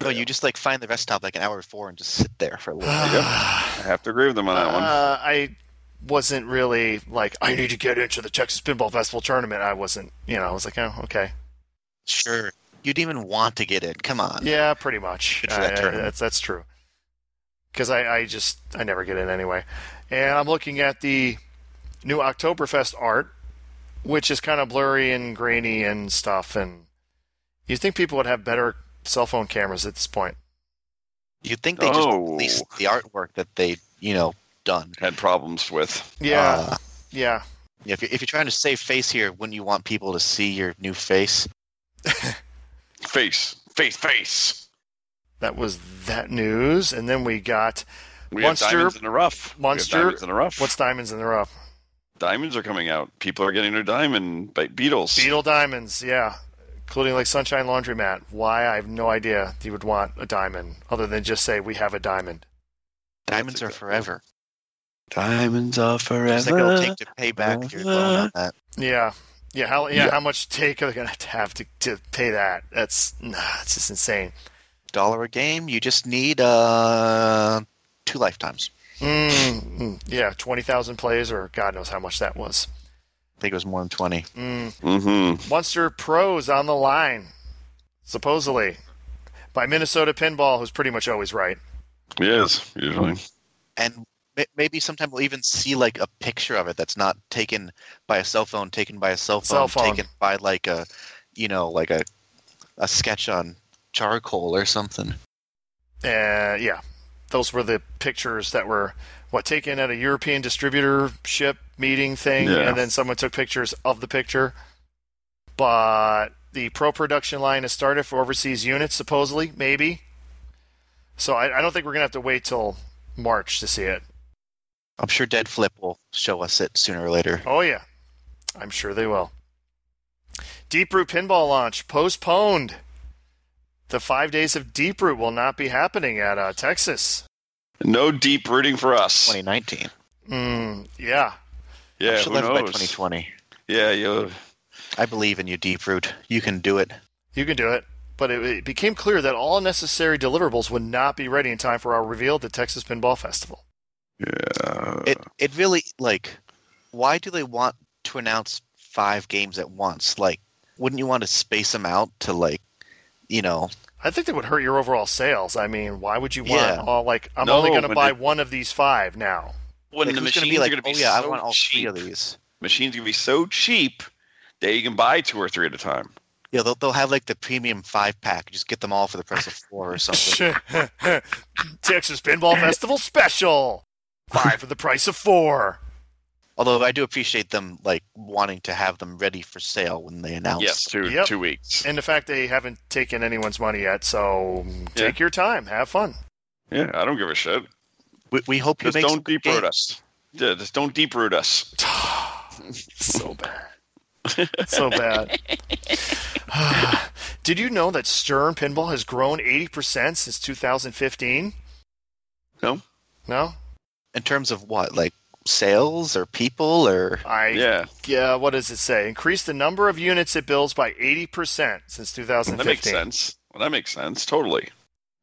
No, you just like find the rest stop like an hour before and just sit there for a little. bit. Yep. I have to agree with them on that one. Uh, I wasn't really like I need to get into the Texas Pinball Festival tournament. I wasn't, you know, I was like, oh, okay, Sure, you didn't even want to get in. Come on. yeah, pretty much. Good for that I- I- tournament. that's that's true. Because I, I just I never get in anyway, and I'm looking at the new Oktoberfest art, which is kind of blurry and grainy and stuff. And you think people would have better cell phone cameras at this point? You'd think they just Oh. released the artwork that they, you know, done. Had problems with. Yeah, Uh, yeah. if you're, if you're trying to save face here, wouldn't you want people to see your new face? Face. Face face. That was that news, and then we got We Monster- have diamonds in the rough. We have Monster- diamonds in the rough. what's diamonds in the rough. diamonds are coming out. People are getting their diamond by beetles. Beetle diamonds, yeah, including like Sunshine Laundromat. Why I have no idea you would want a diamond other than just say we have a diamond. Diamonds are forever. Diamonds are forever. It's like it'll take to pay back your loan on that. Yeah, yeah, how yeah, Yeah. how much take are they gonna have to to pay that? That's nah, it's just insane. Dollar a game, you just need uh two lifetimes. Mm, mm, yeah, twenty thousand plays or God knows how much that was. I think it was more than twenty. Mm. mm-hmm. Munster pros on the line, supposedly by Minnesota Pinball, who's pretty much always right. Yes, usually. and ma- maybe sometime we'll even see like a picture of it that's not taken by a cell phone taken by a cell Cell phone, phone. taken by like a you know like a a sketch on charcoal or something uh, yeah, those were the pictures that were what taken at a European distributorship meeting thing, Yeah. and then someone took pictures of the picture. But the pro production line has started for overseas units, supposedly, maybe. So I, I don't think we're gonna have to wait till March to see it. i'm sure dead flip will show us it sooner or later Oh yeah, I'm sure they will. Deep Root pinball launch postponed. The five days of Deep Root will not be happening at uh, Texas. No deep rooting for us. 2019 Mm, yeah, Yeah, should who live by knows? 2020 Yeah, you. i believe in you deep root you can do it Uh. You can do it. But it, it became clear that all necessary deliverables would not be ready in time for our reveal at the Texas Pinball Festival. Yeah. it it really like why do they want to announce five games at once like wouldn't you want to space them out to like you know I think that would hurt your overall sales. I mean, why would you want Yeah. all like I'm No, only going to but buy it- one of these five now? when Like, the who's gonna machines be like, are going to be oh yeah, so I want all cheap. three of these. Machines going to be so cheap that you can buy two or three at a time. Yeah, they'll, they'll have like the premium five pack. Just get them all for the price of four or something. Texas Pinball Festival special. Five for the price of four. Although I do appreciate them like wanting to have them ready for sale when they announce. Yes, two Yep. two weeks. And the fact they haven't taken anyone's money yet, so Yeah. take your time, have fun. yeah, I don't give a shit. We, we hope you Just make some don't good deep root games. us. Yeah, just don't deep root us. so bad. so bad. Did you know that Stern Pinball has grown 80% since 2015? No. No? In terms of what, like sales or people or I yeah. Yeah, what does it say? Increase the number of units it builds by 80% since 2015. that makes sense. Well, that makes sense. Totally.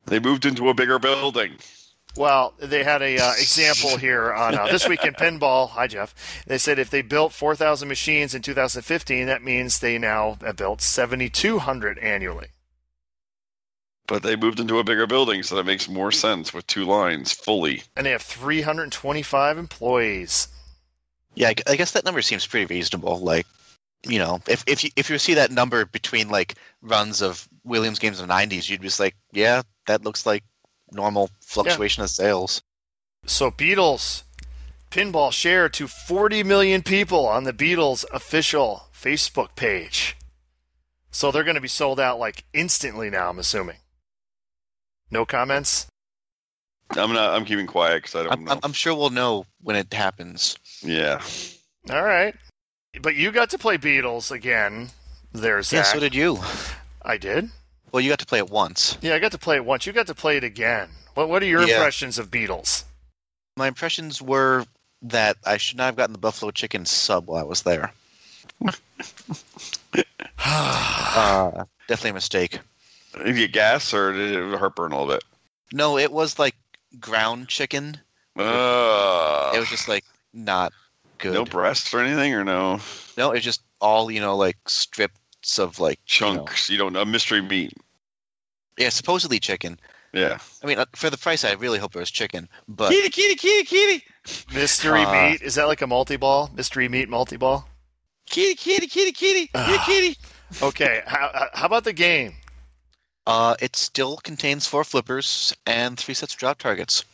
They moved into a bigger building. Well, they had a uh, example here on uh, this week in pinball. Hi, Jeff. They said if they built 4,000 machines in 2015, that means they now have built 7,200 annually. But they moved into a bigger building, so that makes more sense with two lines fully. And they have 325 employees. yeah, I, gu- I guess that number seems pretty reasonable. Like you know, if if you if you see that number between like runs of Williams games in the '90s, you'd be just like, yeah, that looks like normal fluctuation of sales. So Beatles pinball share to 40 million people on the Beatles official Facebook page. So they're going to be sold out like instantly now. I'm assuming. No comments. I'm not. I'm keeping quiet because I don't I'm, know. I'm, I'm sure we'll know when it happens. yeah. All right, but you got to play Beatles again. There's Yeah, that. so did you. I did. Well, you got to play it once. Yeah, I got to play it once. You got to play it again. What What are your Yeah. impressions of Beatles? My impressions were that I should not have gotten the buffalo chicken sub while I was there. uh, definitely a mistake. Did you gas or did it hurt burn a little bit? No, it was like ground chicken. Uh, It was just like not good. no breasts or anything or no No, it's just all you know, like strips of like you know- chunks. You, don't know mystery meat. yeah, supposedly chicken. Yeah. I mean, uh, for the price, I really hope it was chicken. But kitty, kitty, kitty, kitty, Mystery Uh, meat is that like a multi ball? Mystery meat multi ball. kitty, kitty, kitty, kitty, kitty, kitty. Okay. how How about the game? uh, it still contains four flippers and three sets of drop targets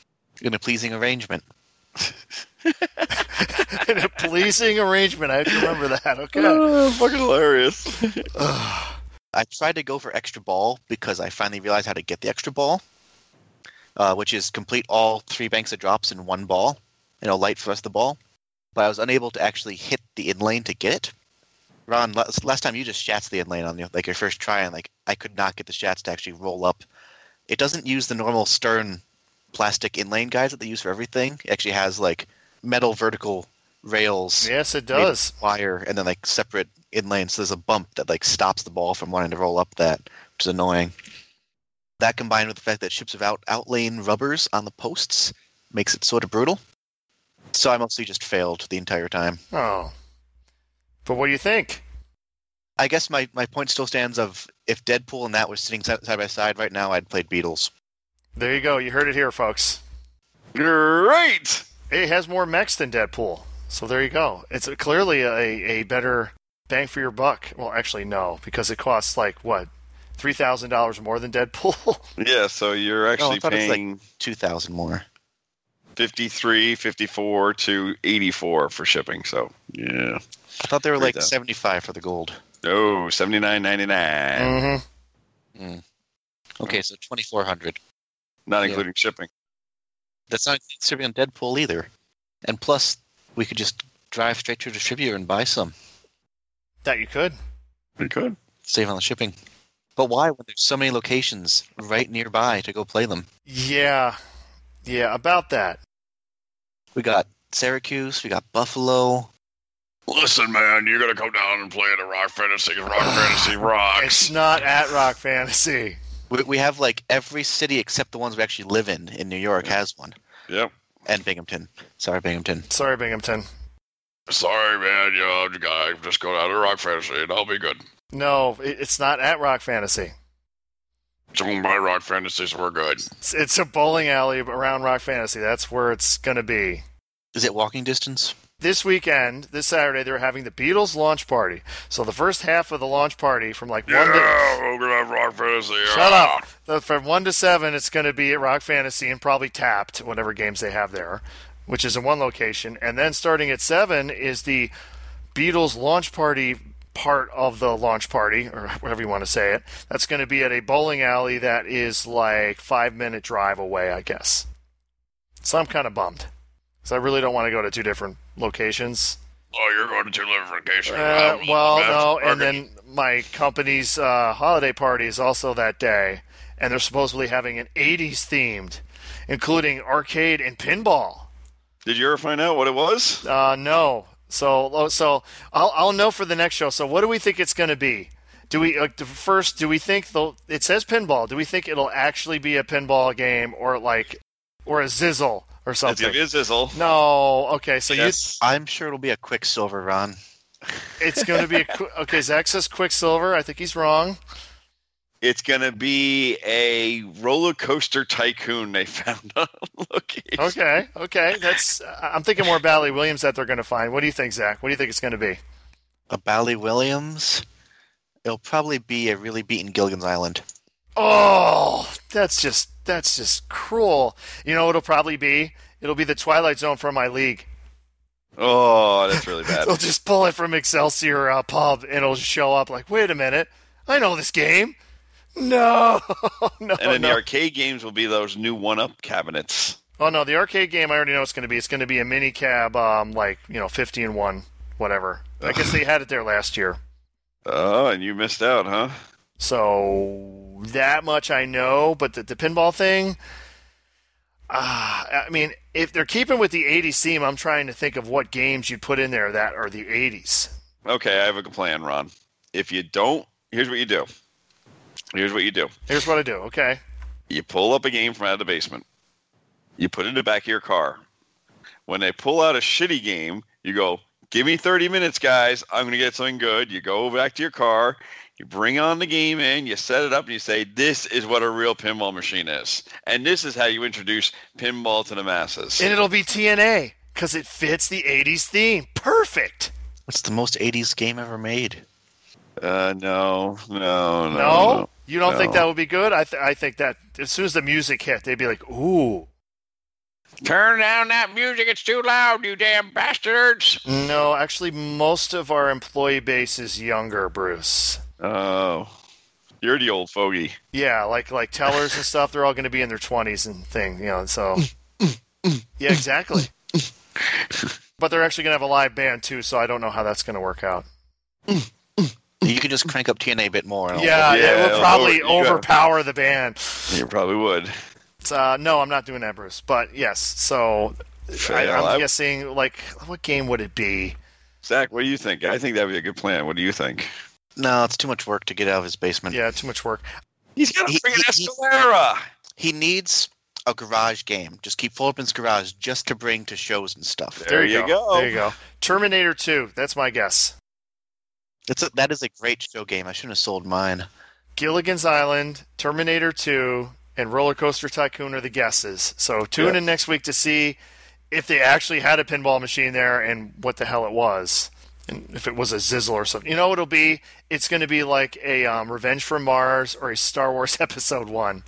in a pleasing arrangement. In a pleasing arrangement. I have to remember that. Okay. Oh, fucking hilarious. I tried to go for extra ball because I finally realized how to get the extra ball, uh, which is complete all three banks of drops in one ball, you know, light for the rest of the ball. But I was unable to actually hit the in lane to get it. Ron, last, last time you just shats the in lane on your, like your first try, and like I could not get the shats to actually roll up. It doesn't use the normal stern plastic in lane guides that they use for everything. It actually has like metal vertical rails Yes, it made does. of wire and then like separate in lanes. So there's a bump that like stops the ball from wanting to roll up that, which is annoying. That combined with the fact that ships have out outlane rubbers on the posts makes it sort of brutal. So I mostly just failed the entire time. Oh. But what do you think? I guess my, my point still stands of if Deadpool and that was sitting side side by side right now, I'd played Beatles. There you go. You heard it here, folks. Great. It has more mechs than Deadpool. So there you go. It's a, clearly a, a better bang for your buck. Well, actually, no, because it costs like, what, $3,000 more than Deadpool? Yeah. So you're actually thought it was, like, paying Two thousand more. 53, 54 to 84 for shipping. So yeah. I thought they were like 3,000. seventy five for the gold. No, seventy nine ninety nine, mm-hmm. Okay, so twenty four hundred. not Yeah. including shipping. That's not considering on Deadpool either. And plus, we could just drive straight to a distributor and buy some, That you could. We could. save on the shipping. But why when there's so many locations right nearby to go play them? Yeah. Yeah, about that. We got Syracuse, we got Buffalo. Listen, man, you're gonna come down and play at a Rock Fantasy. 'cause Rock Fantasy It's rocks. not at Rock Fantasy. We, we have like every city except the ones we actually live in in New York has one, Yep. and Binghamton. Sorry, Binghamton. Sorry, Binghamton. Sorry, man. You know, I'm the guy. Just go down to Rock Fantasy, and I'll be good. No, it, it's not at Rock Fantasy. Don't buy Rock Fantasies. We're good. It's, it's a bowling alley around Rock Fantasy. That's where it's going to be. Is it walking distance? This weekend, this Saturday, they're having the Beatles launch party. So the first half of the launch party from like Yeah, one to we're gonna have Rock Fantasy. shut up The- from one to seven, it's going to be at Rock Fantasy and probably Tapped, whatever games they have there, which is in one location. And then starting at seven is the Beatles launch party part of the launch party, or whatever you want to say it. That's going to be at a bowling alley that is like five minute drive away, I guess. So I'm kind of bummed. Because I really don't want to go to two different locations. Oh, you're going to two different vacations. Uh, I'm- well, I'm- no, I'm- and then my company's uh, holiday party is also that day, and they're supposedly having an '80s themed, including arcade and pinball. did you ever find out what it was? Uh, no, so oh, so I'll I'll know for the next show. So what do we think it's going to be? Do we like the first? Do we think the it says pinball? Do we think it'll actually be a pinball game or like or a zizzle or It's gonna something? be a sizzle. No, okay, so you yes. I'm sure it'll be a Quicksilver, Ron. it's going to be a, qu- okay. Zach says Quicksilver. I think he's wrong. It's gonna be a roller coaster tycoon they found on location. Okay, okay. That's. I- I'm thinking more Bally Williams that they're going to find. What do you think, Zach? What do you think it's going to be? a Bally Williams, it'll probably be a really beaten Gilligan's Island. Oh, that's just that's just cruel. You know what it'll probably be? It'll be the Twilight Zone for my league. Oh, that's really bad. They'll just pull it from Excelsior uh, Pub and it'll show up like, wait a minute, I know this game. No, no, and then no. the arcade games will be those new one-up cabinets. oh no, the arcade game I already know it's going to be. It's going to be a mini cab, um, like you know, fifty and one, whatever. I guess they had it there last year. Oh, and you missed out, huh? So that much I know, but the, the pinball thing, ah, I mean, if they're keeping with the 80s theme, I'm trying to think of what games you'd put in there that are the 80s. Okay, I have a plan, Ron. If you don't, here's what you do. Here's what you do. Here's what I do, okay? You pull up a game from out of the basement. You put it in the back of your car. When they pull out a shitty game, you go, "Give me 30 minutes, guys. I'm going to get something good." You go back to your car. You bring on the game in, you set it up, and you say, This is what a real pinball machine is. And this is how you introduce pinball to the masses. And it'll be TNA because it fits the 80s theme. Perfect. It's the most 80s game ever made. Uh, no, no, no. No? You don't think no. that would be good? I, th- I think that as soon as the music hit, they'd be like, ooh. Turn down that music, it's too loud, you damn bastards! No, actually, most of our employee base is younger, Bruce. Oh, you're the old fogey. Yeah, like like tellers and stuff, they're all going to be in their twenties and thing, you know. So yeah, exactly. But they're actually going to have a live band too, so I don't know how that's going to work out. You can just crank up TNA a bit more. and Yeah, yeah, it will it'll probably over- you gotta- overpower the band. You probably would. It's, Uh, no, I'm not doing that, Bruce. But yes, so I, Yeah, I'm I- guessing like what game would it be? Zach, what do you think? I think that would be a good plan. What do you think? No, it's too much work to get out of his basement. Yeah, too much work. He's got He- a freaking he- he- Escalera. He needs a garage game. Just keep folding up his garage just to bring to shows and stuff. There you go. There you go. Terminator Two. That's my guess. That's a, that is a great show game. I shouldn't have sold mine. Gilligan's Island, Terminator 2, and Roller Coaster Tycoon are the guesses. So tune Yeah. in next week to see if they actually had a pinball machine there and what the hell it was. And if it was a Zizzle or something. You know what it'll be? It's going to be like a um, Revenge from Mars or a Star Wars Episode 1.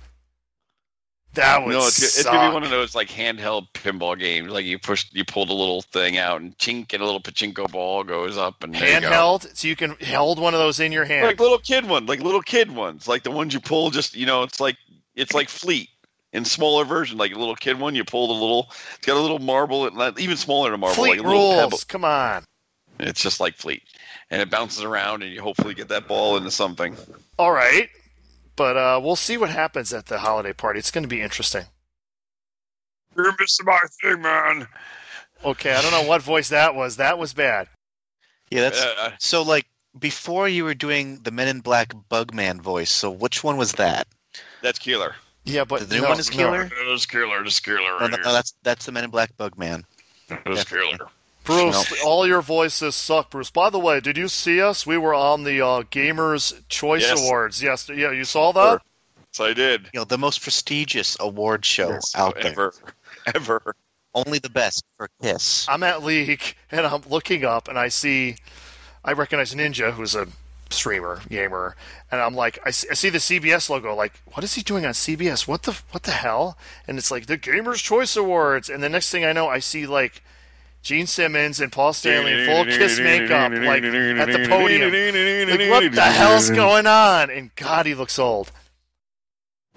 That would No, it's, it's gonna suck. be one of those like handheld pinball games. Like you push, you pull the little thing out and chink, and a little pachinko ball goes up and there you go. Handheld, so you can hold one of those in your hand. like little kid one, like little kid ones, like the ones you pull. Just you know, it's like it's like Fleet in smaller version. Like a little kid one, you pull the little. It's got a little marble, and even smaller than a marble, Fleet like a little rules. pebble. Come on. It's just like Fleet, and it bounces around, and you hopefully get that ball into something. All right. But uh, we'll see what happens at the holiday party. It's going to be interesting. You're missing my thing, man. Okay, I don't know what voice that was. That was bad. Yeah, that's Uh, so. Like before, you were doing the Men in Black Bugman voice. So which one was that? that's Keeler. Yeah, but the new no, one is no. Keeler. That's Keeler. That's Keeler Oh, No, no, no, that's that's the Men in Black Bugman. That's definitely. Keeler. Bruce, No. all your voices suck, Bruce. By the way, did you see us? We were on the uh, Gamers Choice Yes. Awards. Yes, yeah, you saw that. So I did. You know, the most prestigious award show Yes, out there. ever, ever. Only the best for Kiss. I'm at League and I'm looking up and I see, I recognize Ninja, who's a streamer gamer, and I'm like, I see, I see the CBS logo. Like, what is he doing on CBS? What the what the hell? And it's like the Gamers Choice Awards. And the next thing I know, I see like. Gene Simmons and Paul Stanley in full kiss makeup, like at the podium. Like, what the hell's going on? And God, he looks old.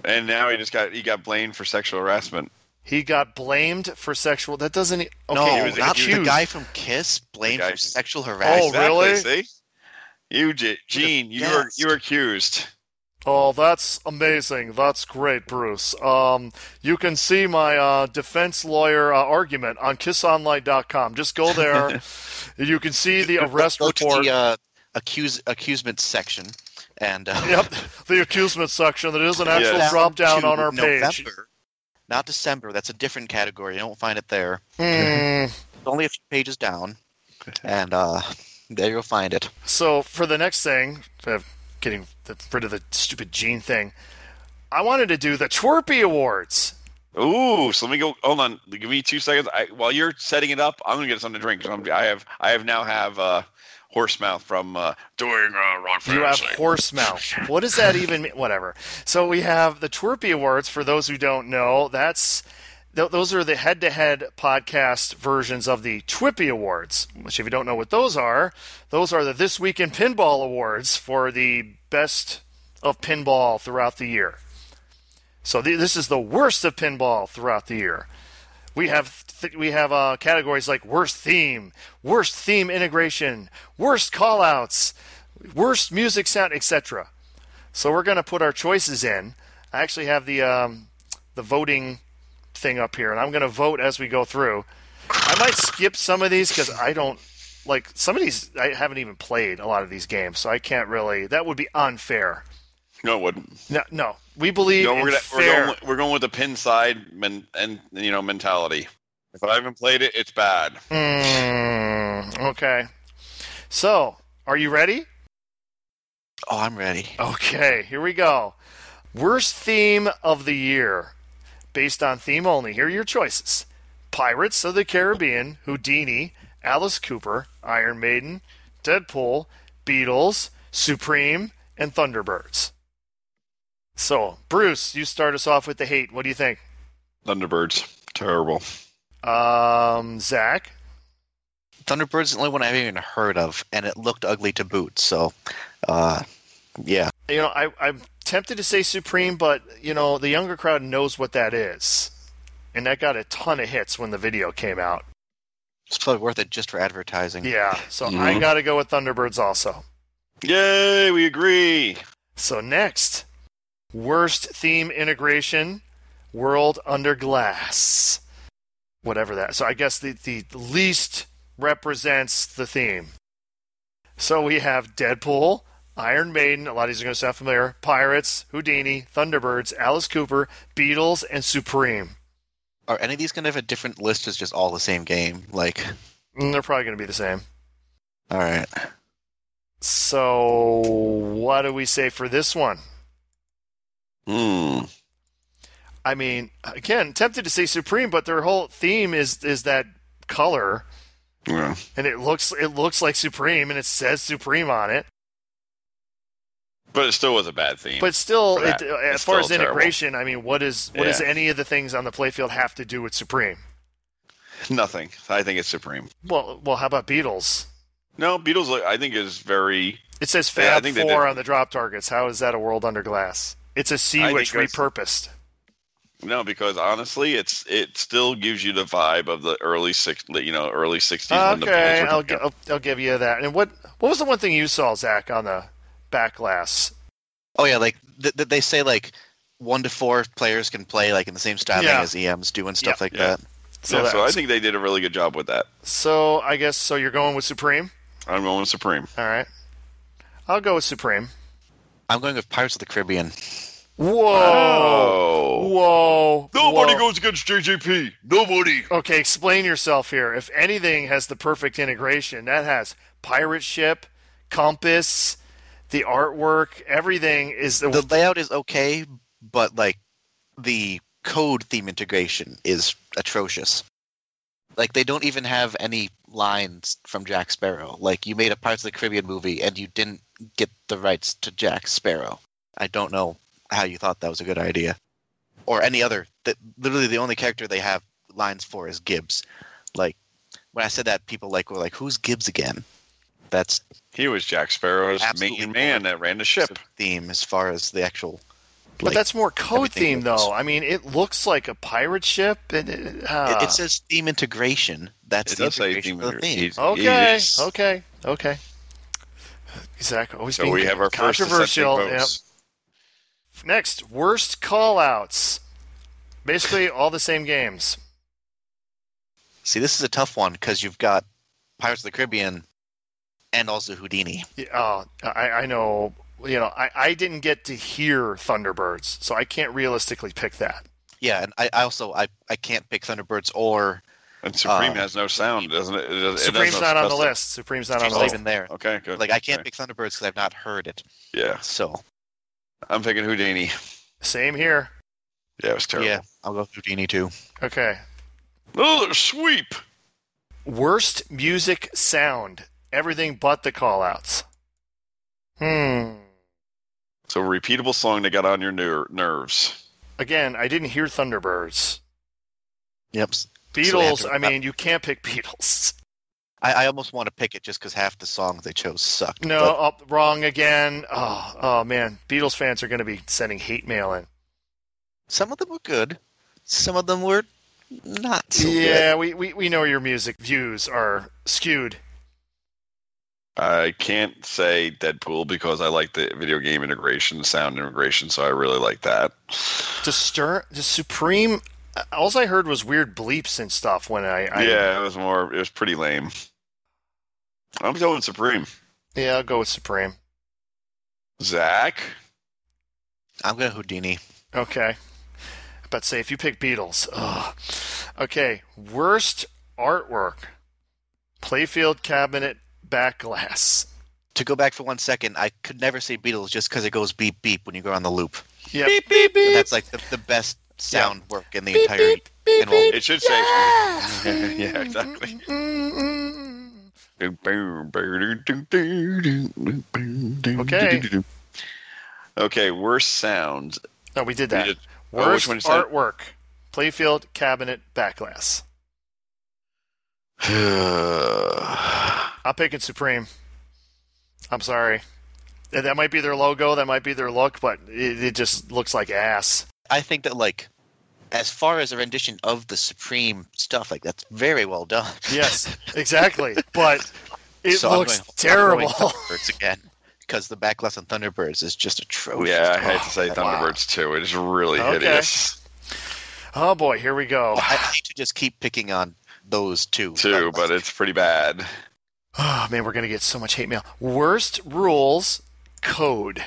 And now he just got he got blamed for sexual harassment. He got blamed for sexual. That doesn't. e- Okay, no, he was not the accused. guy from Kiss blamed The guy- for sexual harassment. Oh, really? Exactly, See, you, G- Gene, you were guessed. you were accused. Oh, that's amazing. That's great, Bruce. Um, you can see my uh, defense lawyer uh, argument on kissonline.com. Just go there. you can see the arrest Go report. to the uh, accuse accusement section, and uh, Yep, the accusement section. There is an Yes. actual Down drop down to on our page. November, Not December. That's a different category. You don't find it there. Hmm. It's only a few pages down, and uh, there you'll find it. So for the next thing, uh, getting the, rid of the stupid gene thing, I wanted to do the Twerpy Awards. Ooh, so let me go. Hold on, give me two seconds. I, while you're setting it up, I'm gonna get us something to drink. 'cause I'm, I have I have now have uh, horse mouth from uh, doing uh, rock You have fantasy. horse mouth. What does that even mean? Whatever. So we have the Twerpy Awards. For those who don't know, that's th- those are the head-to-head podcast versions of the Twippy Awards. Which, if you don't know what those are, those are the This Week in Pinball Awards for the best of pinball throughout the year. So th- this is the worst of pinball throughout the year. We have th- we have uh, categories like worst theme, worst theme integration, worst callouts, worst music sound, etc. So we're going to put our choices in. I actually have the um, the voting thing up here, and I'm going to vote as we go through. I might skip some of these because I don't like some of these. I haven't even played a lot of these games, so I can't really. That would be unfair. No, it wouldn't. No, no. We believe No, in we're, gonna, we're, fair. going, with- we're going with the pin side men, and you know mentality. If I haven't played it, it's bad. Mm, okay. So, are you ready? Oh, I'm ready. Okay, here we go. Worst theme of the year. Based on theme only, here are your choices Pirates of the Caribbean, Houdini, Alice Cooper, Iron Maiden, Deadpool, Beatles, Supreme, and Thunderbirds. So, Bruce, you start us off with the hate. What do you think? Thunderbirds, terrible. Um, Zach? Thunderbird's the only one I've even heard of, and it looked ugly to boot. So, uh, yeah, you know, I, I'm tempted to say Supreme, but you know, the younger crowd knows what that is, and that got a ton of hits when the video came out. it's probably worth it just for advertising. Yeah, so I Mhm. got to go with Thunderbirds also. Yay, we agree. So next, worst theme integration, World Under Glass, whatever that. So I guess the the least represents the theme. So we have Deadpool, Iron Maiden. A lot of these are going to sound familiar. Pirates, Houdini, Thunderbirds, Alice Cooper, Beatles, and Supreme. Are any of these going to have a different list? Is just all the same game? Like, Mm, They're probably going to be the same. all right, So, what do we say for this one? Hmm. I mean, again, tempted to say Supreme, but their whole theme is is that color, Yeah. and it looks it looks like Supreme, and it says Supreme on it. But it still was a bad theme. But still, Right. it, uh, as It's far as still terrible. integration, I mean, what is what does Yeah. any of the things on the playfield have to do with Supreme? Nothing. I think it's supreme. Well, well, how about Beatles? No, Beatles. like, I think is very. It says Yeah, I Fab think they Four did. on the drop targets. How is that a world under glass? It's a I C think which that's- repurposed. No, because honestly, it's it still gives you the vibe of the early six, you know, early sixties. Okay, I'll, gi- I'll I'll give you that. And what what was the one thing you saw, Zach, on the back glass? Oh yeah, like th- th- they say, like one to four players can play like in the same styling Yeah. as EMs do and stuff Yeah. like Yeah. that. So, so I that- think they did a really good job with that. so I guess so. You're going with Supreme. I'm going with Supreme. All right, I'll go with Supreme. I'm going with Pirates of the Caribbean. Oh. Whoa, whoa, whoa. Oh. goes against JJP. Nobody. Okay, explain yourself here. If anything has the perfect integration, that has pirate ship, compass, the artwork, everything is The layout is okay, but like the code theme integration is atrocious. Like they don't even have any lines from Jack Sparrow. Like you made a Pirates of the Caribbean movie and you didn't get the rights to Jack Sparrow. I don't know how you thought that was a good idea, or any other. That literally the only character they have lines for is Gibbs. Like when I said that, people like were like, "Who's Gibbs again?" That's He was Jack Sparrow's Absolutely main man that ran the ship. theme as far as the actual. but that's more code everything theme looks- though. I mean, it looks like a pirate ship, and it, uh, It, it says theme integration. That's It the does say integration theme. of the theme. He's- Okay. he's- Okay. Okay. Zach always So being we have our first controversial. dissenting votes. Yep. Next, worst callouts. Basically, all the same games. See, this is a tough one because you've got Pirates of the Caribbean and also Houdini. Yeah, Oh, I, I know. You know, I, I didn't get to hear Thunderbirds, so I can't realistically pick that. Yeah, and I, I also I, I can't pick Thunderbirds or And Supreme Uh, has no sound, doesn't it? It does- it Supreme's doesn't not on the specify- list. Supreme's not on it's the not list. even there. Okay, good. Like I can't Okay. pick Thunderbirds because I've not heard it. Yeah, So I'm picking Houdini. Same here. Yeah, it was terrible. yeah, I'll go with Houdini too. Okay. Another sweep. Worst music sound. everything but the callouts. Hmm. So a repeatable song that got on your ner- nerves. Again, I didn't hear Thunderbirds. Yep. Beatles, to- I mean, you can't pick Beatles. I, I almost want to pick it just because half the songs they chose sucked. No, oh, wrong again. Oh, oh man, Beatles fans are going to be sending hate mail in. but some of them were good. Some of them were not so good. yeah, we, we we know your music views are skewed. I can't say Deadpool because I like the video game integration, sound integration, so I really like that. Distur- the Supreme. All I heard was weird bleeps and stuff when I, I yeah, it was more. It was pretty lame. I'm going Supreme. yeah. I'll go with Supreme. Zach, I'm going to Houdini. Okay. But say if you pick Beatles. Ugh. Okay. Worst artwork. Playfield cabinet back glass. To go back for one second, I could never say Beatles just because it goes beep beep when you go on the loop. Yep. And that's like the, the best sound work in the entire. in all- it should say. yeah, exactly. Okay. Okay, worst sound. No, we did that. We did- oh, which Worst one is that? artwork. Playfield cabinet back glass. I'm picking Supreme. I'm sorry. That that might be their logo, that might be their look, but it, it just looks like ass. I think that like, as far as a rendition of the Supreme stuff, like that's very well done. Yes, exactly. But it So I'm looks going- I'm going terrible. Thunderbirds again, because the backlash on Thunderbirds is just atrocious. yeah, I had to say Oh, Thunderbirds too. It is really Okay. hideous Oh boy, here we go. wow. I I hate to just keep picking on those two. too, but it's pretty bad. Oh man, we're gonna get so much hate mail. Worst rules code.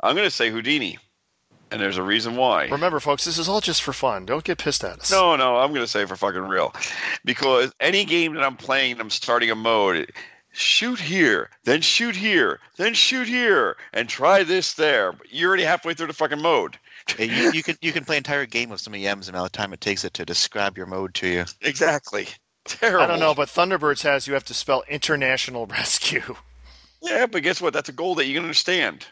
I'm going to say Houdini, and there's a reason why. Remember, folks, this is all just for fun. Don't get pissed at us. No, no, I'm going to say for fucking real. Because any game that I'm playing, I'm starting a mode. Shoot here, then shoot here, then shoot here, and try this there. But you're already halfway through the fucking mode. Hey, you, you can you can play an entire game with so many M's and amount of time it takes it to describe your mode to you. Exactly. Terrible. I don't know, but Thunderbirds has you have to spell international rescue. Yeah, but guess what? That's a goal that you can understand.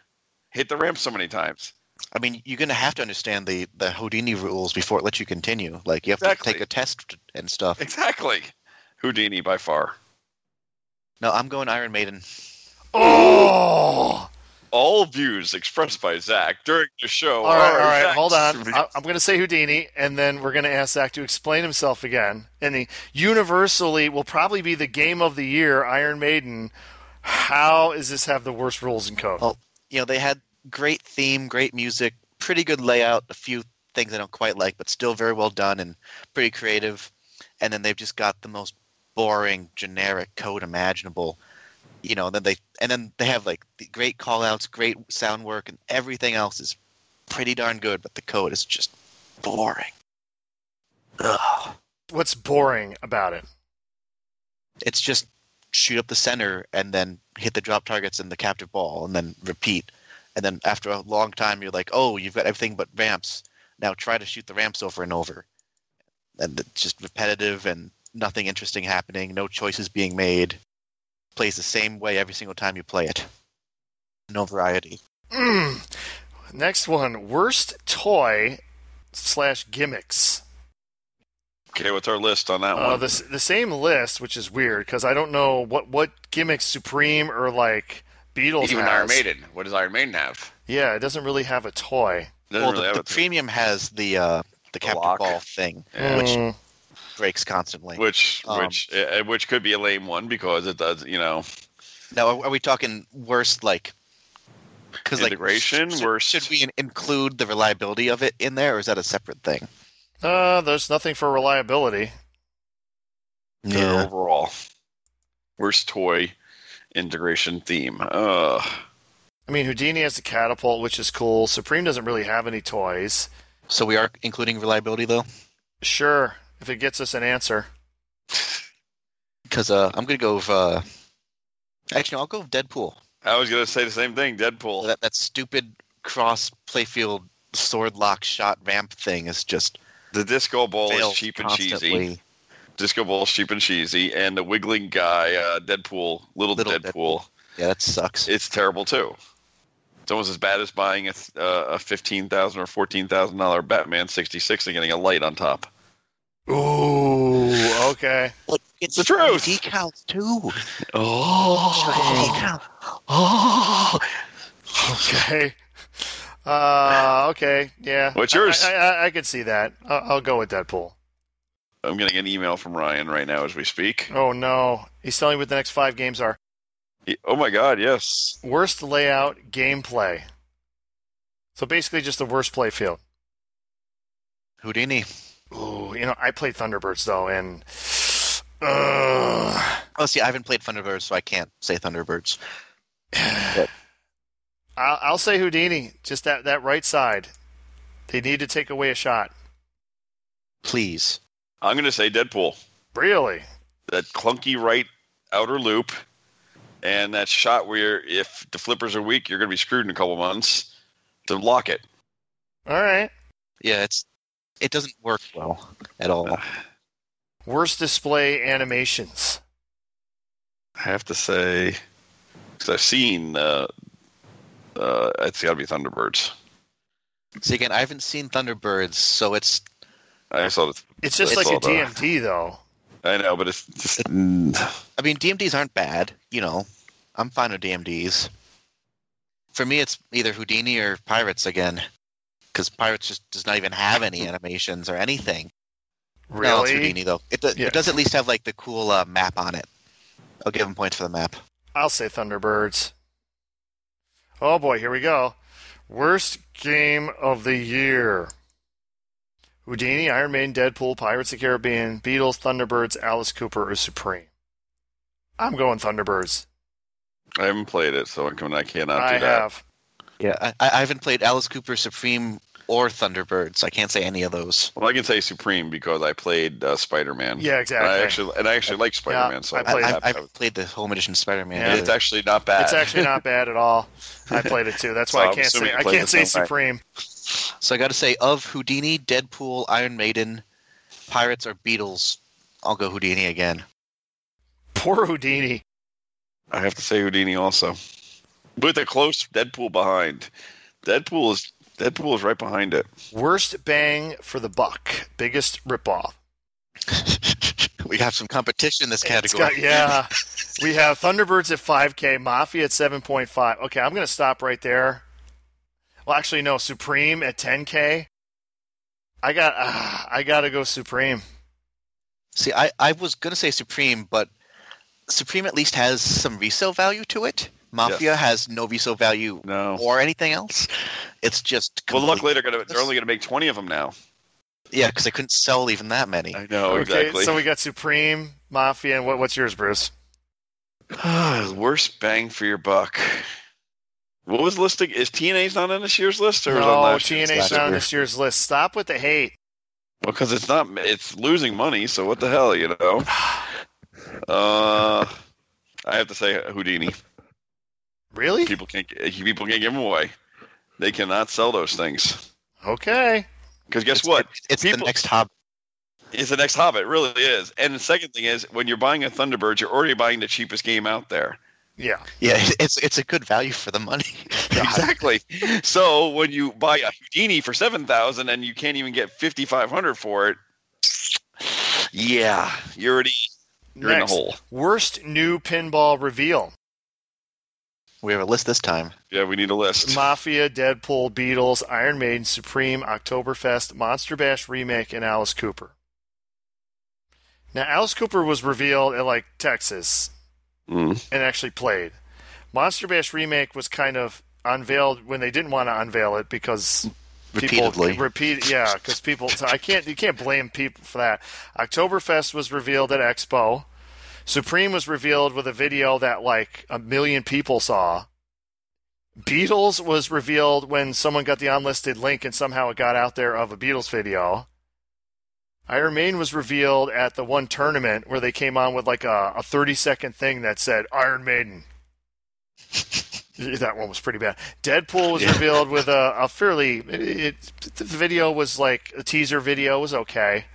Hit the ramp so many times. I mean, you're gonna have to understand the the Houdini rules before it lets you continue. Like you have Exactly. to take a test and stuff. Exactly. Houdini by far. No, I'm going Iron Maiden. Oh! All views expressed by Zach during the show. Oh, All right, all are right, Zach's hold on. views. I, I'm going to say Houdini, and then we're going to ask Zach to explain himself again. And the universally will probably be the game of the year, Iron Maiden. How does this have the worst rules in code? Oh. You know, they had great theme, great music, pretty good layout, a few things I don't quite like, but still very well done and pretty creative. And then they've just got the most boring, generic code imaginable. You know, then they and then they have like the great call outs, great sound work, and everything else is pretty darn good, but the code is just boring. Ugh. What's boring about it? It's just shoot up the center and then hit the drop targets and the captive ball and then repeat. And then after a long time, you're like, oh, you've got everything but ramps. Now try to shoot the ramps over and over. And it's just repetitive and nothing interesting happening, no choices being made. Plays the same way every single time you play it. No variety. Mm. Next one, worst toy slash gimmicks. Okay, what's our list on that Uh, one? the s- the same list, which is weird because I don't know what what gimmicks Supreme or like Beatles Even has. Iron Maiden. What does Iron Maiden have? Yeah, it doesn't really have a toy. Doesn't well, really the, have the a thing. premium has the uh, the captive lock. ball thing, Yeah. which Mm. breaks constantly. which Um, which uh, which could be a lame one because it does you know Now, are, are we talking worst like? Because like Integration, should, worst- Should we in- include the reliability of it in there, or is that a separate thing? Uh, there's nothing for reliability. uh, overall worst toy integration theme. Uh, I mean, Houdini has the catapult, which is cool. Supreme doesn't really have any toys. So we are including reliability though, Sure, if it gets us an answer. because uh, I'm gonna go with. Uh, actually, no, I'll go with Deadpool. I was gonna say the same thing. Deadpool. That that stupid cross playfield sword lock shot ramp thing is just the disco ball is fails cheap and constantly. cheesy. Disco Ball, Sheep and Cheesy, and the Wiggling Guy, uh, Deadpool, Little, Little Deadpool. Deadpool. Yeah, that sucks. It's terrible too. It's almost as bad as buying a th- uh, a fifteen thousand or fourteen thousand dollar Batman sixty six and getting a light on top. Ooh, okay. Look, it's the truth. Decals too. Oh, Decals. oh. Okay. Uh, okay. Yeah. What's yours? I, I, I, I could see that. I'll, I'll go with Deadpool. I'm getting an email from Ryan right now as we speak. Oh no, he's telling me what the next five games are. He- Oh my God, yes. Worst layout, gameplay. So basically, just the worst play field. Houdini. Ooh, you know, I play Thunderbirds though, and uh, Oh, see, I haven't played Thunderbirds, so I can't say Thunderbirds. I'll, I'll say Houdini. Just that that right side. They need to take away a shot. Please. I'm going to say Deadpool. Really? That clunky right outer loop, and that shot where if the flippers are weak, you're going to be screwed in a couple months to block it. All right. Yeah, it's it doesn't work well at all. Worst display animations. I have to say, because I've seen, uh, uh, it's got to be Thunderbirds. See, again, I haven't seen Thunderbirds, so it's I saw this. It's just It's like a all the- DMD though. I know, but it's just. mm, I mean, DMDs aren't bad, you know. I'm fine with DMDs. For me, it's either Houdini or Pirates again, because Pirates just does not even have any animations or anything. No, Really? it's Houdini though. It, does. Yeah. it does at least have like the cool uh, map on it. I'll give him points for the map. I'll say Thunderbirds. Oh boy, here we go. Worst game of the year. Houdini, Iron Maiden, Deadpool, Pirates of the Caribbean, Beatles, Thunderbirds, Alice Cooper, or Supreme. I'm going Thunderbirds. I haven't played it, so I can- I cannot do I that. have. Yeah, I, I haven't played Alice Cooper Supreme or Thunderbirds. I can't say any of those. Well, I can say Supreme because I played uh, Spider Man. Yeah, exactly. I actually and I actually like Spider Man, so I I I, played- I, have- I've played the home edition Spider-Man. Yeah. it's actually not bad. It's actually not bad at all. I played it too. That's why So I I'm can't assuming say you I played can't the say same way. Supreme. So I got to say, of Houdini, Deadpool, Iron Maiden, Pirates, or Beatles, I'll go Houdini again. Poor Houdini. I have to say Houdini also, with a close Deadpool behind. Deadpool is Deadpool is right behind it. Worst bang for the buck. Biggest ripoff. we have some competition in this It's category. got- yeah. we have Thunderbirds at 5K, Mafia at 7.5. Okay, I'm going to stop right there. Well, actually, no, Supreme at 10K. I got, ah, I got to go Supreme. See, I, I was going to say Supreme, but Supreme at least has some resale value to it. Mafia has no resale value No. or anything else. It's just Well, complete- luckily they're gonna they're only gonna make twenty of them now. yeah, because I couldn't sell even that many. I know Okay, Oh, exactly. so we got Supreme, Mafia, and what, what's yours, Bruce? Worst bang for your buck. What was listing? Is TNA's not on this year's list or is it on no, last year's TNA's list? not on this year's list. Stop with the hate. Well, because it's not, it's losing money. So what the hell, you know? Uh, I have to say Houdini. Really? People can't, people can't give them away. They cannot sell those things. Okay. Because guess It's- what? It's the People- next hobby. It's the next Hobbit. It really is. And the second thing is, when you're buying a Thunderbird, you're already buying the cheapest game out there. Yeah. Yeah, it's it's a good value for the money. Exactly. so when you buy a Houdini for seven thousand and you can't even get fifty five hundred for it, yeah, you're already you're Next, in the hole. worst new pinball reveal. we have a list this time. Yeah, we need a list. Mafia, Deadpool, Beatles, Iron Maiden, Supreme, Oktoberfest, Monster Bash remake, and Alice Cooper. Now, Alice Cooper was revealed at like Texas Mm. and actually played. Monster Bash remake was kind of unveiled when they didn't want to unveil it because Repeatedly. people repeat yeah because people so I can't you can't blame people for that. Oktoberfest was revealed at Expo. Supreme was revealed with a video that like a million people saw. Beatles was revealed when someone got the unlisted link and somehow it got out there of a Beatles video. Iron Maiden was revealed at the one tournament where they came on with like a, a 30 second thing that said Iron Maiden. that one was pretty bad. Deadpool was Yeah. revealed with a, a fairly. It, it- the video was like a teaser video was okay.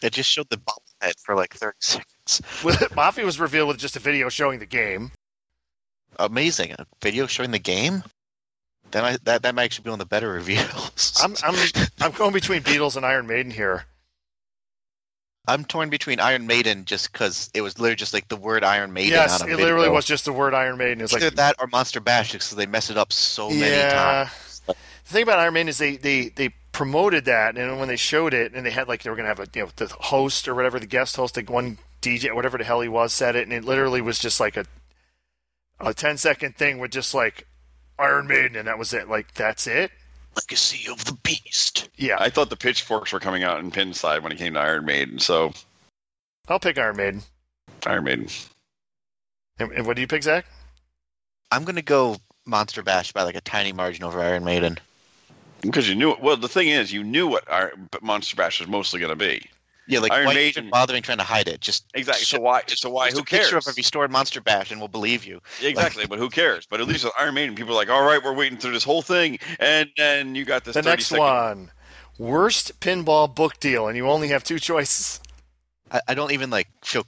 It just showed the bobblehead head for like 30 seconds. With- Mafia was revealed with just a video showing the game. Amazing. A video showing the game? That might, that, that might actually be one of the better reviews. I'm I'm I'm going between Beatles and Iron Maiden here. I'm torn between Iron Maiden just because it was literally just like the word Iron Maiden. yes, on it a literally video. was just the word Iron Maiden. It's Either like that or Monster Bash because they messed it up so many yeah. times. The thing about Iron Maiden is they they they promoted that, and when they showed it, and they had like they were gonna have a you know the host or whatever the guest host, like one DJ whatever the hell he was said it, and it literally was just like a a 10 second thing with just like Iron Maiden, and that was it. Like that's it. Legacy of the Beast. Yeah, I thought the pitchforks were coming out in pin side when it came to Iron Maiden, so I'll pick Iron Maiden. Iron Maiden. And, and what do you pick, Zach? I'm going to go Monster Bash by like a tiny margin over Iron Maiden. Because you knew it. Well, the thing is, you knew what Iron, Monster Bash was mostly going to be. Yeah, like Iron why Maiden- even bothering trying to hide it? Just Exactly. So show- why? So why? just Who a Picture cares? of a restored Monster Bash, and we'll believe you. Exactly. But who cares? But at least with Iron Maiden, people are like, "All right, we're waiting through this whole thing," and then you got this. The 30 next second- one, worst pinball book deal, and you only have two choices. I, I don't even like feel.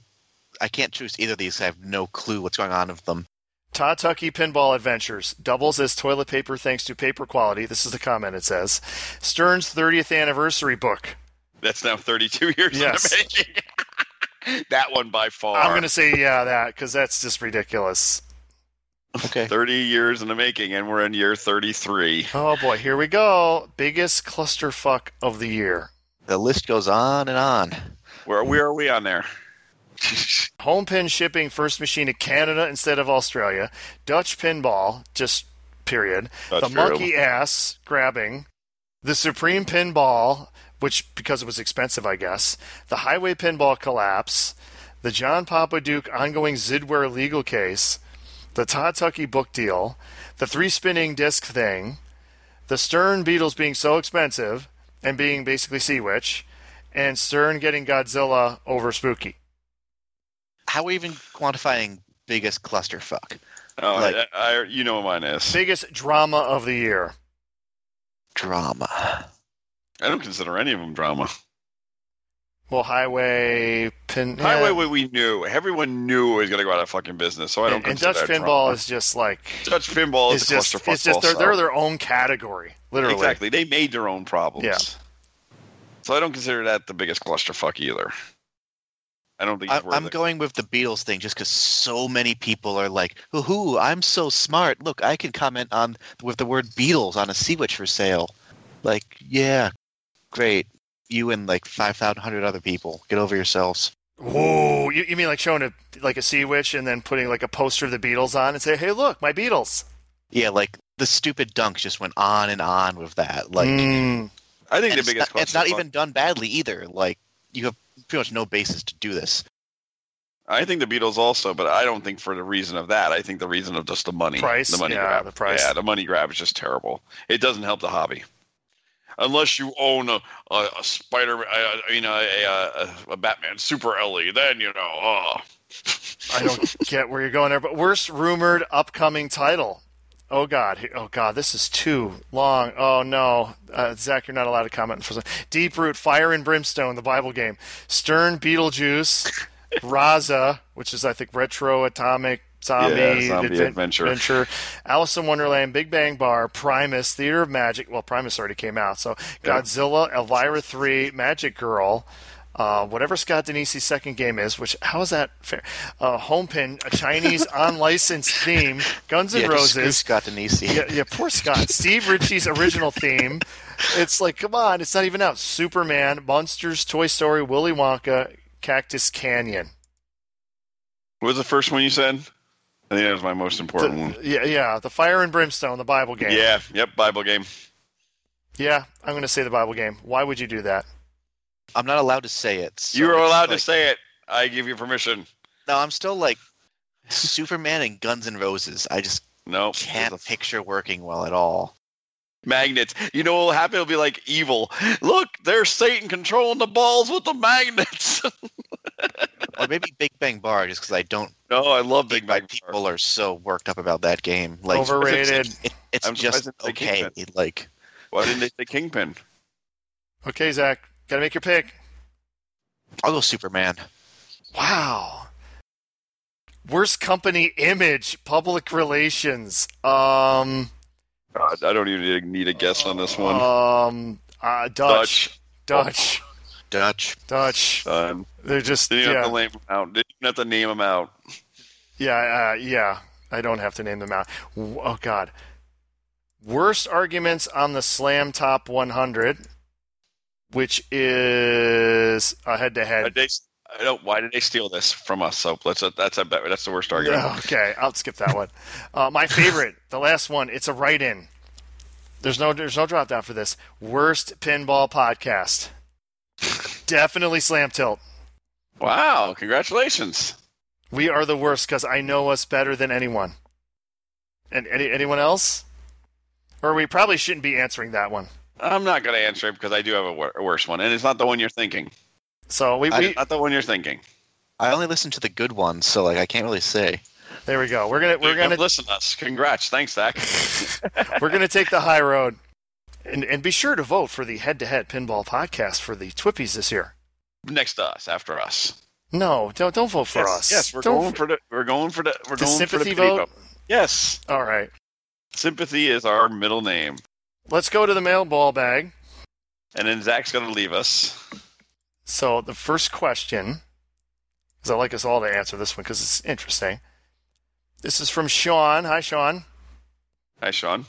I can't choose either of these. I have no clue what's going on with them. Tatucky Pinball Adventures doubles as toilet paper thanks to paper quality. This is the comment it says. Stern's 30th anniversary book. That's now 32 years in Yes. the making. that one by far. I'm going to say, yeah, that, because that's just ridiculous. Okay. 30 years in the making, and we're in year 33. Oh boy, here we go. Biggest clusterfuck of the year. The list goes on and on. Where where are we on there? Home pin shipping first machine to Canada instead of Australia. Dutch pinball, just period. Dutch the period. monkey ass grabbing. The supreme pinball, which because it was expensive, I guess. The highway pinball collapse. The John Papa Duke ongoing Zidware legal case. The Todd Tucky book deal. The three spinning disc thing. The Stern Beatles being so expensive and being basically Sea Witch. And Stern getting Godzilla over Spooky. How are we even quantifying biggest clusterfuck? Oh, Like- I, I- you know what mine is. biggest drama of the year. Drama. I don't consider any of them drama. Well, Highway Pin. Highway, yeah. we- we knew. Everyone knew it was going to go out of fucking business, so I don't and, and consider Dutch that pinball drama. is just like Dutch pinball is it's a just clusterfuck it's just they're, also. they're their own category, literally. Exactly. They made their own problems. Yeah. So I don't consider that the biggest clusterfuck either. I don't think I, it's worth I'm it. going with the Beatles thing just because so many people are like, "Hoo I'm so smart. Look, I can comment on with the word Beatles on a sea witch for sale." Like, yeah, great. You and like five thousand hundred other people. Get over yourselves. Whoa, you, you mean like showing a like a sea witch and then putting like a poster of the Beatles on and say, "Hey, look, my Beatles." Yeah, like the stupid dunks just went on and on with that. Like, Mm. I think and the it's, biggest not, it's not clusterfuck- even done badly either. Like, you have pretty much no basis to do this. I think the Beatles also, but I don't think for the reason of that. I think the reason of just the money, Price, the money yeah, grab, the price. yeah, the money grab is just terrible. It doesn't help the hobby, unless you own a, a, a Spider, I I mean a, a, a, a Batman Super LE. Then you know, oh, I don't get where you're going there, but worst rumored upcoming title. Oh God! Here- Oh God! This is too long. Oh no, uh, Zach, you're not allowed to comment. For some- Deep Root, Fire and Brimstone, the Bible game, Stern, Beetlejuice, Raza, which is I think retro atomic zombie, Yeah, zombie adven- adventure. Alice in Wonderland, Big Bang Bar, Primus, Theater of Magic. Well, Primus already came out, so Yeah. Godzilla, Elvira three, Magic Girl. Uh, whatever Scott Denise's second game is, which how is that fair? Uh, Home Pin, a Chinese unlicensed theme, Guns N' yeah, just screw Roses. Scott Denisi. Yeah, yeah, poor Scott. Steve Ritchie's original theme. It's like, come on, it's not even out. Superman, Monsters, Toy Story, Willy Wonka, Cactus Canyon. what was the first one you said? I think that was my most important one. The- yeah, yeah, the Fire and Brimstone, the Bible game. Yeah, yep, Bible game. yeah. I'm going to say the Bible game. Why would you do that? I'm not allowed to say it. so you are it's allowed like- to say it. I give you permission. No, I'm still like Superman and Guns N' Roses. I just No, can't picture working well at all. magnets. You know what will happen? It'll be like evil. Look, there's Satan controlling the balls with the magnets. Or maybe Big Bang Bar, just because I don't. no, I love think Big my Bang. People. people are so worked up about that game. Like Overrated. It, it's I'm surprised just it's the okay. Like Why didn't they say Kingpin? Okay, Zach, got to make your pick. I'll go Superman. Wow. Worst company image, public relations. Um, God, I don't even need a guess on this one. um, uh, Dutch, Dutch. Dutch, Dutch. Dutch. Um, They're just didn't even have yeah, to name them out. Didn't even have to name them out. yeah, uh, yeah. I don't have to name them out. W- Oh God. Worst arguments on the Slam Top 100, which is a But head-to-head. They, I don't. Why did they steal this from us? So let's. That's a. That's the worst argument. Okay, I'll skip that one. Uh, my favorite, the last one. It's a write-in. There's no there's no drop down for this. Worst pinball podcast. Definitely slam tilt. Wow! Congratulations. We are the worst because I know us better than anyone. And any anyone else? Or we probably shouldn't be answering that one. I'm not going to answer it because I do have a, wor- a worse one, and it's not the one you're thinking. So we, I, we not the one you're thinking. I only listen to the good ones, so like I can't really say. there we go. We're gonna we're Dude, come gonna listen to us. Congrats. Thanks, Zach. We're going to take the high road. And, and be sure to vote for the head to head pinball podcast for the Twippies this year. Next to us, after us. No, don't, don't vote for yes, us. Yes, we're Don't going for the. We're going for the. We're The going for the sympathy pity vote? Yes, All right. sympathy is our middle name, Let's go to the mail ball bag. and then Zach's going to leave us. So the first question, because I like us all to answer this one because it's interesting. This is from Sean. Hi, Sean. Hi, Sean.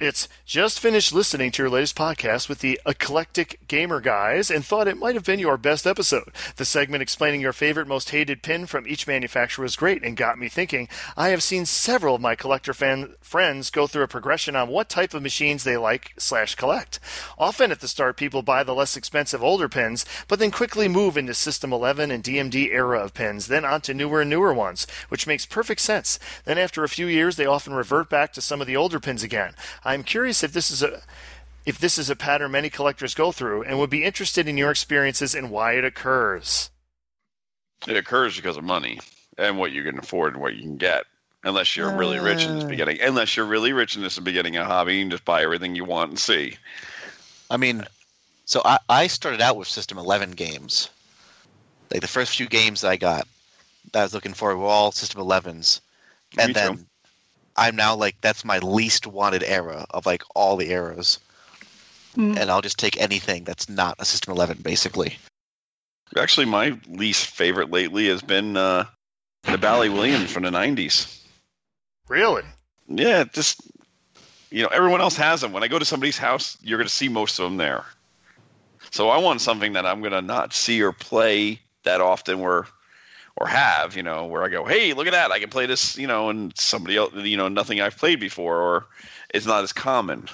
It's just finished listening to your latest podcast with the Eclectic Gamer Guys and thought it might have been your best episode. The segment explaining your favorite, most hated pin from each manufacturer was great and got me thinking. I have seen several of my collector fan friends go through a progression on what type of machines they like slash collect. Often at the start, people buy the less expensive older pins, but then quickly move into System 11 and DMD era of pins, then onto newer and newer ones, which makes perfect sense. Then after a few years, they often revert back to some of the older pins again. I'm curious if this is a if this is a pattern many collectors go through, and would be interested in your experiences and why it occurs. It occurs because of money and what you can afford and what you can get. Unless you're really rich in this Uh. beginning, unless you're really rich in this beginning a hobby, you can just buy everything you want and see. I mean, so I, I started out with System 11 games. Like the first few games that I got that I was looking for were all System 11s. And Me then too. I'm now like, that's my least wanted era of like all the eras. And I'll just take anything that's not a System 11, basically. Actually, my least favorite lately has been uh, the Bally Williams from the '90s. Really? Yeah, it just you know, everyone else has them. When I go to somebody's house, you're going to see most of them there. So I want something that I'm going to not see or play that often, where or have you know, where I go, hey, look at that, I can play this, you know, and somebody else, you know, nothing I've played before, or it's not as common.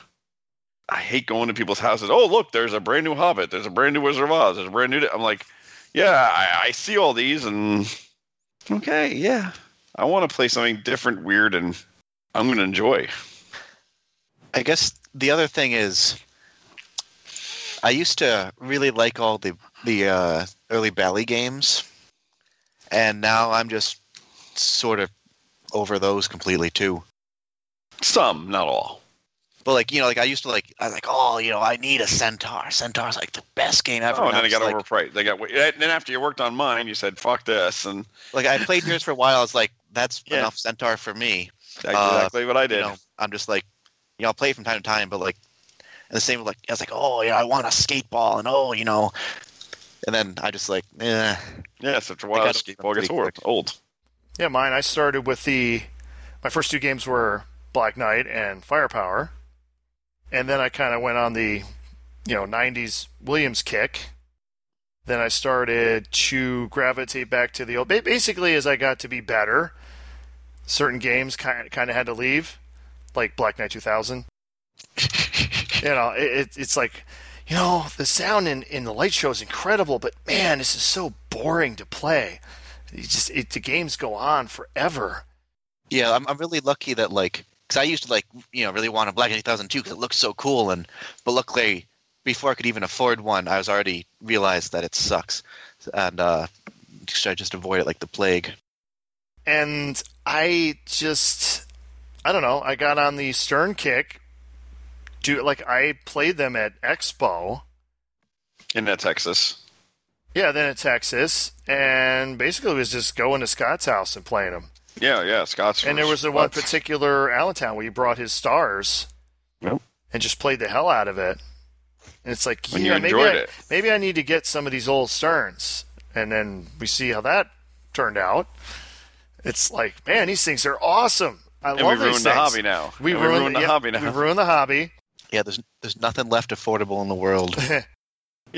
I hate going to people's houses. Oh, look, there's a brand new Hobbit. There's a brand new Wizard of Oz. There's a brand new. I'm like, yeah, I, I see all these, and okay, yeah, I want to play something different, weird, and I'm going to enjoy. I guess the other thing is, I used to really like all the the uh, early Bally games, and now I'm just sort of over those completely too. Some, not all. But like you know, like I used to like I was like, oh, you know, I need a Centaur. Centaur's like the best game ever. Oh, and then I I was got like, overpriced. They got and then after you worked on mine, you said fuck this, and like I played yours for a while. I was like, that's Yeah. enough Centaur for me. that's exactly what I did. Uh, You know, I'm just like, you know, I'll play it from time to time, but like, and the same like, I was like, oh, yeah, I want a skate ball, and oh, you know, and then I just like, eh. yeah, it's after a I while, got skateboard gets pretty old. quick. old. Yeah, mine. I started with the. My first two games were Black Knight and Firepower, and then I kind of went on the, you know, '90s Williams kick. Then I started to gravitate back to the old. ba- Basically, as I got to be better, certain games kind kind of had to leave, like Black Knight 2000. you know, it, it, it's like, you know, the sound in, in the light show is incredible, but man, this is so boring to play you just it, the games go on forever. Yeah, I'm, I'm really lucky that like, because I used to like, you know, really want a Black Knight 2002 because it looks so cool, and but luckily before I could even afford one, I was already realized that it sucks, and uh, should I just avoid it like the plague? And I just I don't know, I got on the Stern kick. Do like I played them at Expo in that uh, Texas. Yeah, then at Texas, and basically it was just going to Scott's house and playing them. Yeah, yeah, Scott's. And there was the one particular Allentown where he brought his stars Yep. and just played the hell out of it. And it's like, And you yeah, maybe I, enjoyed it. maybe I need to get some of these old Sterns. And then we see how that turned out. It's like, man, these things are awesome. I And we love these ruined the things. hobby now. We And we ruined, ruined the yeah, hobby now. We ruined the hobby. Yeah, there's there's nothing left affordable in the world. Yeah,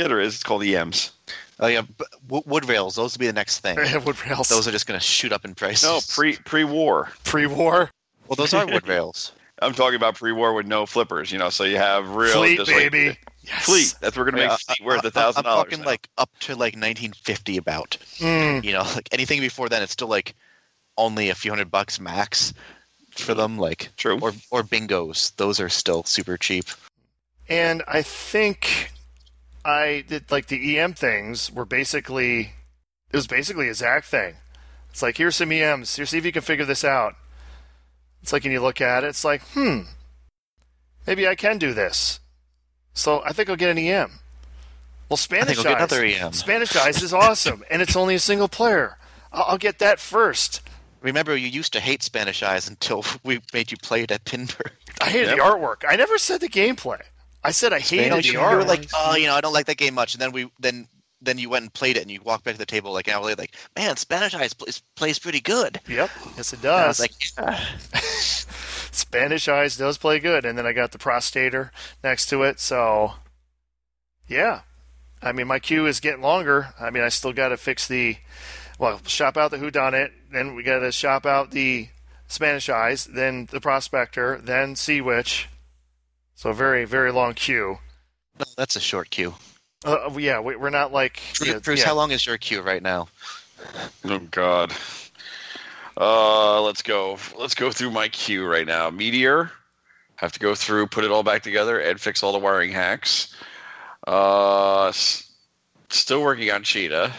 there is. It's called EMs. oh yeah, but wood, wood rails. Those will be the next thing. Wood rails. Those are just going to shoot up in price. No, pre pre war. pre-war. Well, those are wood rails. I'm talking about pre war with no flippers. You know, so you have real Fleet, just like- baby. yes. fleet. That's we're gonna make Yeah, fleet worth I- a thousand I'm dollars. talking now. like up to like 1950 about. Mm. You know, like anything before then, it's still like only a few hundred bucks max for them. Like True. or or bingos. Those are still super cheap. And I think I did like the EM things were basically it was basically a Zach thing. It's like here's some EMs. Here, see if you can figure this out. It's like, and you look at it, it's like, hmm, maybe I can do this. So I think I'll get an EM. Well, Spanish I'll get Eyes- another E EM. Spanish Eyes is awesome, and it's only a single player. I'll, I'll get that first. Remember, you used to hate Spanish Eyes until we made you play it at Pinburg. I hated Yep. the artwork. I never said the gameplay. I said I hated No, the you, you artwork. were like, oh, you know, I don't like that game much. And then we then then you went and played it, and you walked back to the table like an hour later, like, man, Spanish Eyes pl- is- plays pretty good. yep, yes it And I does. was like, "Yeah." Spanish Eyes does play good, and then I got the Prostator next to it. So, yeah, I mean my queue is getting longer. I mean I still got to fix the, well, shop out the Who Done It, then we got to shop out the Spanish Eyes, then the Prospector, then Sea Witch. So very very long queue. no, that's a short queue. Uh, yeah, we, we're not like Bruce, yeah, Bruce yeah. how long is your queue right now? Oh God. Uh, let's go. Let's go through my queue right now. Meteor. Have to go through, put it all back together, and fix all the wiring hacks. Uh, s- still working on Cheetah.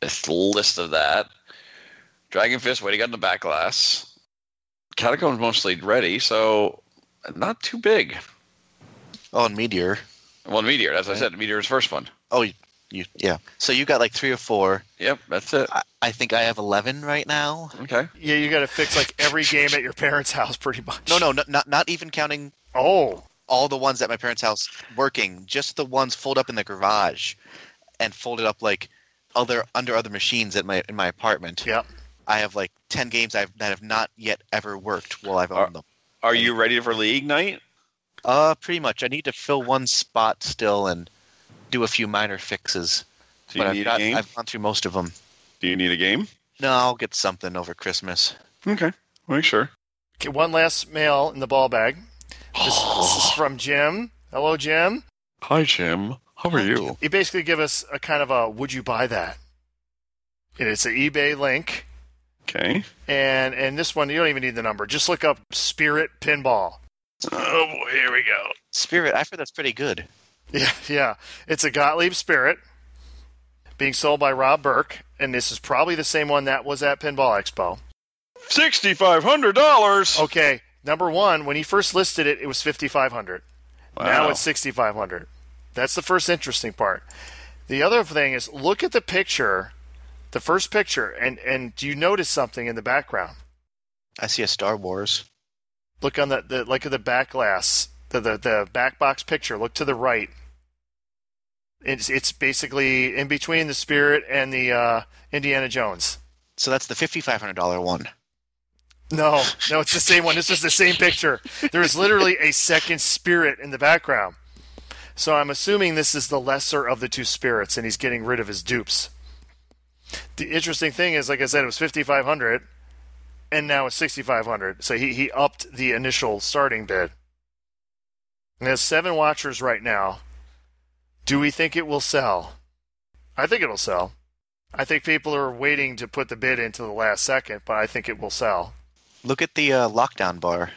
This list of that. Dragon Fist waiting on the back glass. Catacombs mostly ready, so not too big. Oh, and Meteor. Well, Meteor, as I said, Meteor is first one. Oh, you, you yeah. So you got like three or four. Yep, that's it. I, I think I have eleven right now. Okay. Yeah, you got to fix like every game at your parents' house, pretty much. No, no, no not not even counting Oh, all the ones at my parents' house working, just the ones folded up in the garage, and folded up like other under other machines at my in my apartment. yeah. I have like ten games I've, that have not yet ever worked while I've Are- owned them. Are you ready for League Night? Uh, pretty much. I need to fill one spot still and do a few minor fixes. Do you but need I've, got, a game? I've gone through most of them. Do you need a game? No, I'll get something over Christmas. Okay. Make sure. Okay, one last mail in the ball bag. This, this is from Jim. Hello, Jim. Hi, Jim. How are you? He basically give us a kind of a "Would you buy that?" And it's an eBay link, Okay. and and this one you don't even need the number. Just look up Spirit Pinball. Oh boy, here we go. Spirit, I heard that's pretty good. Yeah, yeah. It's a Gottlieb Spirit being sold by Rob Burke, and this is probably the same one that was at Pinball Expo. Sixty-five hundred dollars. Okay, number one, when he first listed it, it was fifty five hundred. Now it's 6,500. That's the first interesting part. The other thing is look at the picture, the first picture, and, and do you notice something in the background? I see a Star Wars. Look on the, the like at the back glass, the, the, the back box picture. Look to the right. It's, it's basically in between the Spirit and the uh, Indiana Jones. So that's the fifty-five hundred dollar one. No, no, it's the same one. This is the same picture. There is literally a second spirit in the background. So I'm assuming this is the lesser of the two spirits, and he's getting rid of his dupes. The interesting thing is, like I said, it was 5,500, and now it's 6,500. So he, he upped the initial starting bid. And has seven watchers right now. Do we think it will sell? I think it'll sell. I think people are waiting to put the bid into the last second, but I think it will sell. Look at the uh, lockdown bar.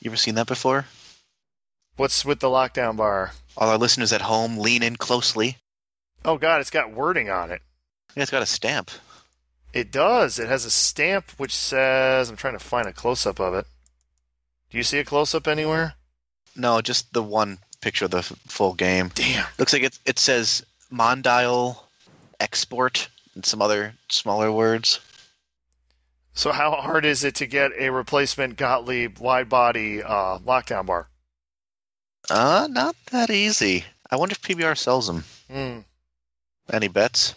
You ever seen that before? What's with the lockdown bar? All our listeners at home, lean in closely. Oh God, it's got wording on it. Yeah, It's got a stamp. It does. It has a stamp which says I'm trying to find a close up of it. Do you see a close up anywhere? No, just the one picture of the f- full game. Damn. Looks like it. It says Mondial export and some other smaller words. So how hard is it to get a replacement Gottlieb wide body uh, lockdown bar? Uh, not that easy. I wonder if PBR sells them. Hmm. Any bets?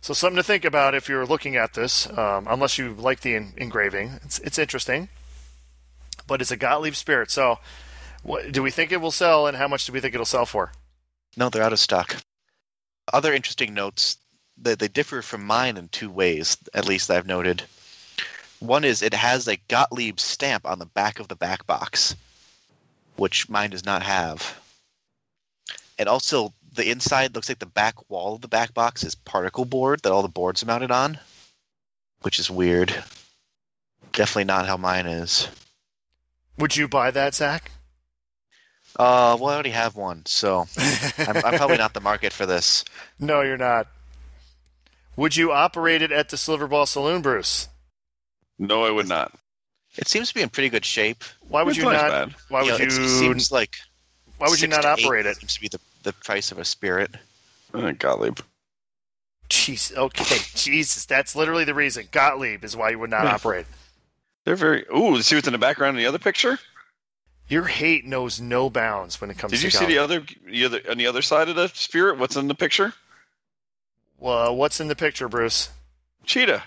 So something to think about if you're looking at this, um, unless you like the en- engraving. It's, it's interesting, but it's a Gottlieb Spirit. So what, do we think it will sell, and how much do we think it'll sell for? No, they're out of stock. Other interesting notes that they differ from mine in two ways, at least I've noted. One is it has a Gottlieb stamp on the back of the back box, which mine does not have. And also, the inside looks like the back wall of the back box is particle board that all the boards are mounted on, which is weird. Definitely not how mine is. Would you buy that, Zach? Uh, well, I already have one, so I'm, I'm probably not the market for this. No, you're not. Would you operate it at the Silver Ball Saloon, Bruce? No, I would not. It seems to be in pretty good shape. Why would It's you not not? bad. Why would You know, you? it's- It seems like why would you six not to eight operate it? Seems to be the, the price of a spirit. Uh, Gottlieb. Jeez. Okay. Jesus. That's literally the reason. Gottlieb is why you would not Yeah. operate. They're very. Ooh, see what's in the background in the other picture? Your hate knows no bounds when it comes Did to you see Gottlieb. the other, the other on the other side of the spirit? What's in the picture? Well, what's in the picture, Bruce? Cheetah.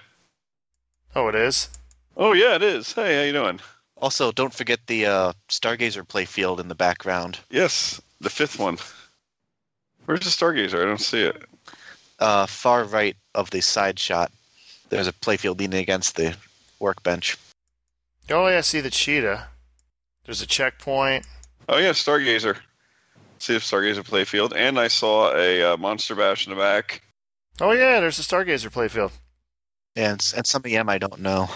Oh, it is. Oh yeah, it is. Hey, how you doing? Also, don't forget the uh, Stargazer playfield in the background. Yes, the fifth one. Where's the Stargazer? I don't see it. Uh, far right of the side shot, there's a playfield leaning against the workbench. Oh, yeah. I see the cheetah. There's a checkpoint. Oh yeah, Stargazer. See the Stargazer playfield, and I saw a uh, Monster Bash in the back. Oh, yeah. There's a stargazer playfield. And, s- and some EM I don't know.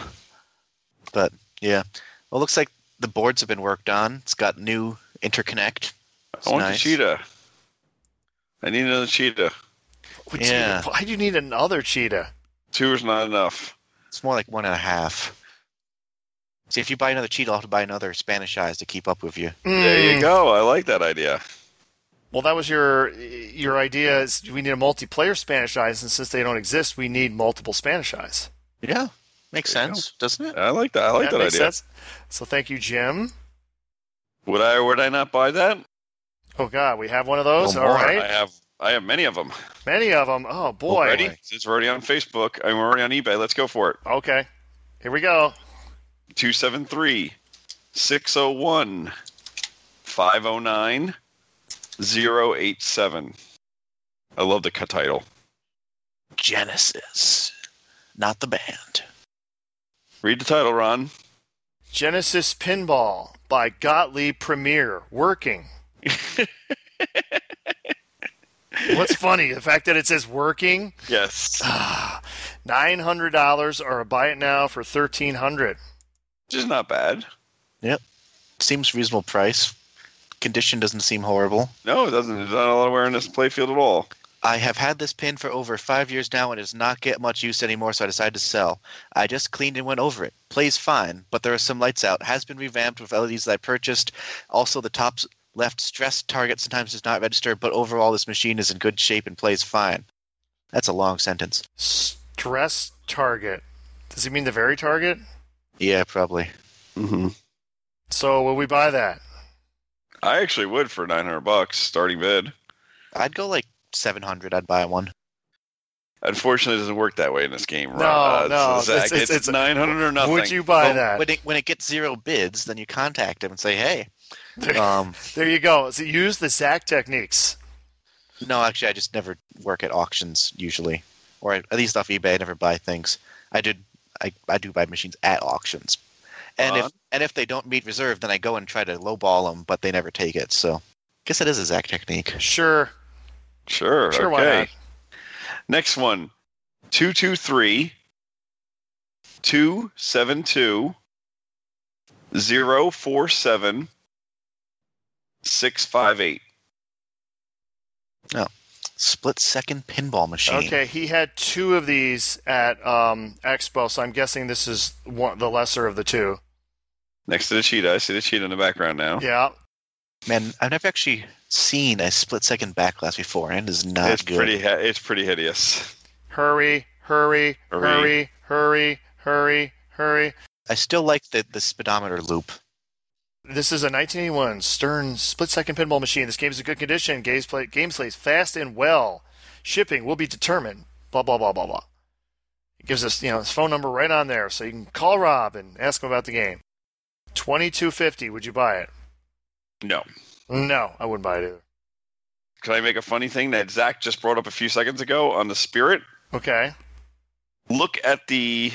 But yeah. Well, it looks like the boards have been worked on. It's got new interconnect. It's I want nice. the cheetah. I need another cheetah. What do Yeah. You, why do you need another cheetah? Two is not enough. It's more like one and a half. See, if you buy another cheetah, I'll have to buy another Spanish eyes to keep up with you. There Mm. you go. I like that idea. Well, that was your your idea. Is we need a multiplayer Spanish eyes, and since they don't exist, we need multiple Spanish eyes. Yeah, makes There you sense, doesn't it? I like that. I like that, makes idea. Sense. So thank you, Jim. Would I? Would I not buy that? Oh God, we have one of those. Well, All more. right, I have. I have many of them. many of them. Oh boy. Ready? Since we're already on Facebook, I'm already on eBay. Let's go for it. Okay, here we go. 273 601 509 087. I love the cut title. Genesis, not the band. Read the title, Ron. Genesis Pinball by Gottlieb Premier. Working. What's funny? The fact that it says working. Yes. Nine hundred dollars, or buy it now for thirteen hundred. Which is not bad. Seems reasonable price. Condition doesn't seem horrible. No, it doesn't. It's not a lot of wear in this playfield at all. I have had this pin for over five years now and it does not get much use anymore, so I decided to sell. I just cleaned and went over it. Plays fine, but there are some lights out. Has been revamped with LEDs that I purchased. Also, the top s- left stress target sometimes does not register, but overall, this machine is in good shape and plays fine. That's a long sentence. Stress target. Does he mean the very target? Yeah, probably. Mm-hmm. So will we buy that? I actually would for 900 bucks starting bid. I'd go like 700. I'd buy one. Unfortunately, it doesn't work that way in this game, Ron. No, uh, no, it's- Zach, it's, it's- it's- 900 or nothing. Would you buy Well, that? When it, when it gets zero bids, then you contact him and say, hey, um, There you go. So use the Zach techniques. no, actually, I just never work at auctions usually, or at least off eBay. I never buy things. I did, I, I do buy machines at auctions, and Uh-huh. if and if they don't meet reserve, then I go and try to lowball them, but they never take it. So, guess that is a Zach technique. Sure. Sure. Sure, okay. why not? Next one 223 272 047 658. Split second pinball machine. Okay, he had two of these at um, Expo, so I'm guessing this is one, the lesser of the two. Oh. Next to the cheetah. I see the cheetah in the background now. Yeah. Man, I've never actually seen a split second backlash before, and it is not it's Ah, good. pretty. He- it's pretty hideous. Hurry, hurry, Hurry. hurry, hurry, hurry, hurry. I still like the, the speedometer loop. This is a 1981 Stern split-second pinball machine. This game is in good condition. Games play, game plays fast and well. Shipping will be determined. Blah blah blah blah blah. It gives us you know his phone number right on there, so you can call Rob and ask him about the game. Twenty-two fifty. Would you buy it? No. No, I wouldn't buy it either. Can I make a funny thing that Zach just brought up a few seconds ago on the Spirit? Okay. Look at the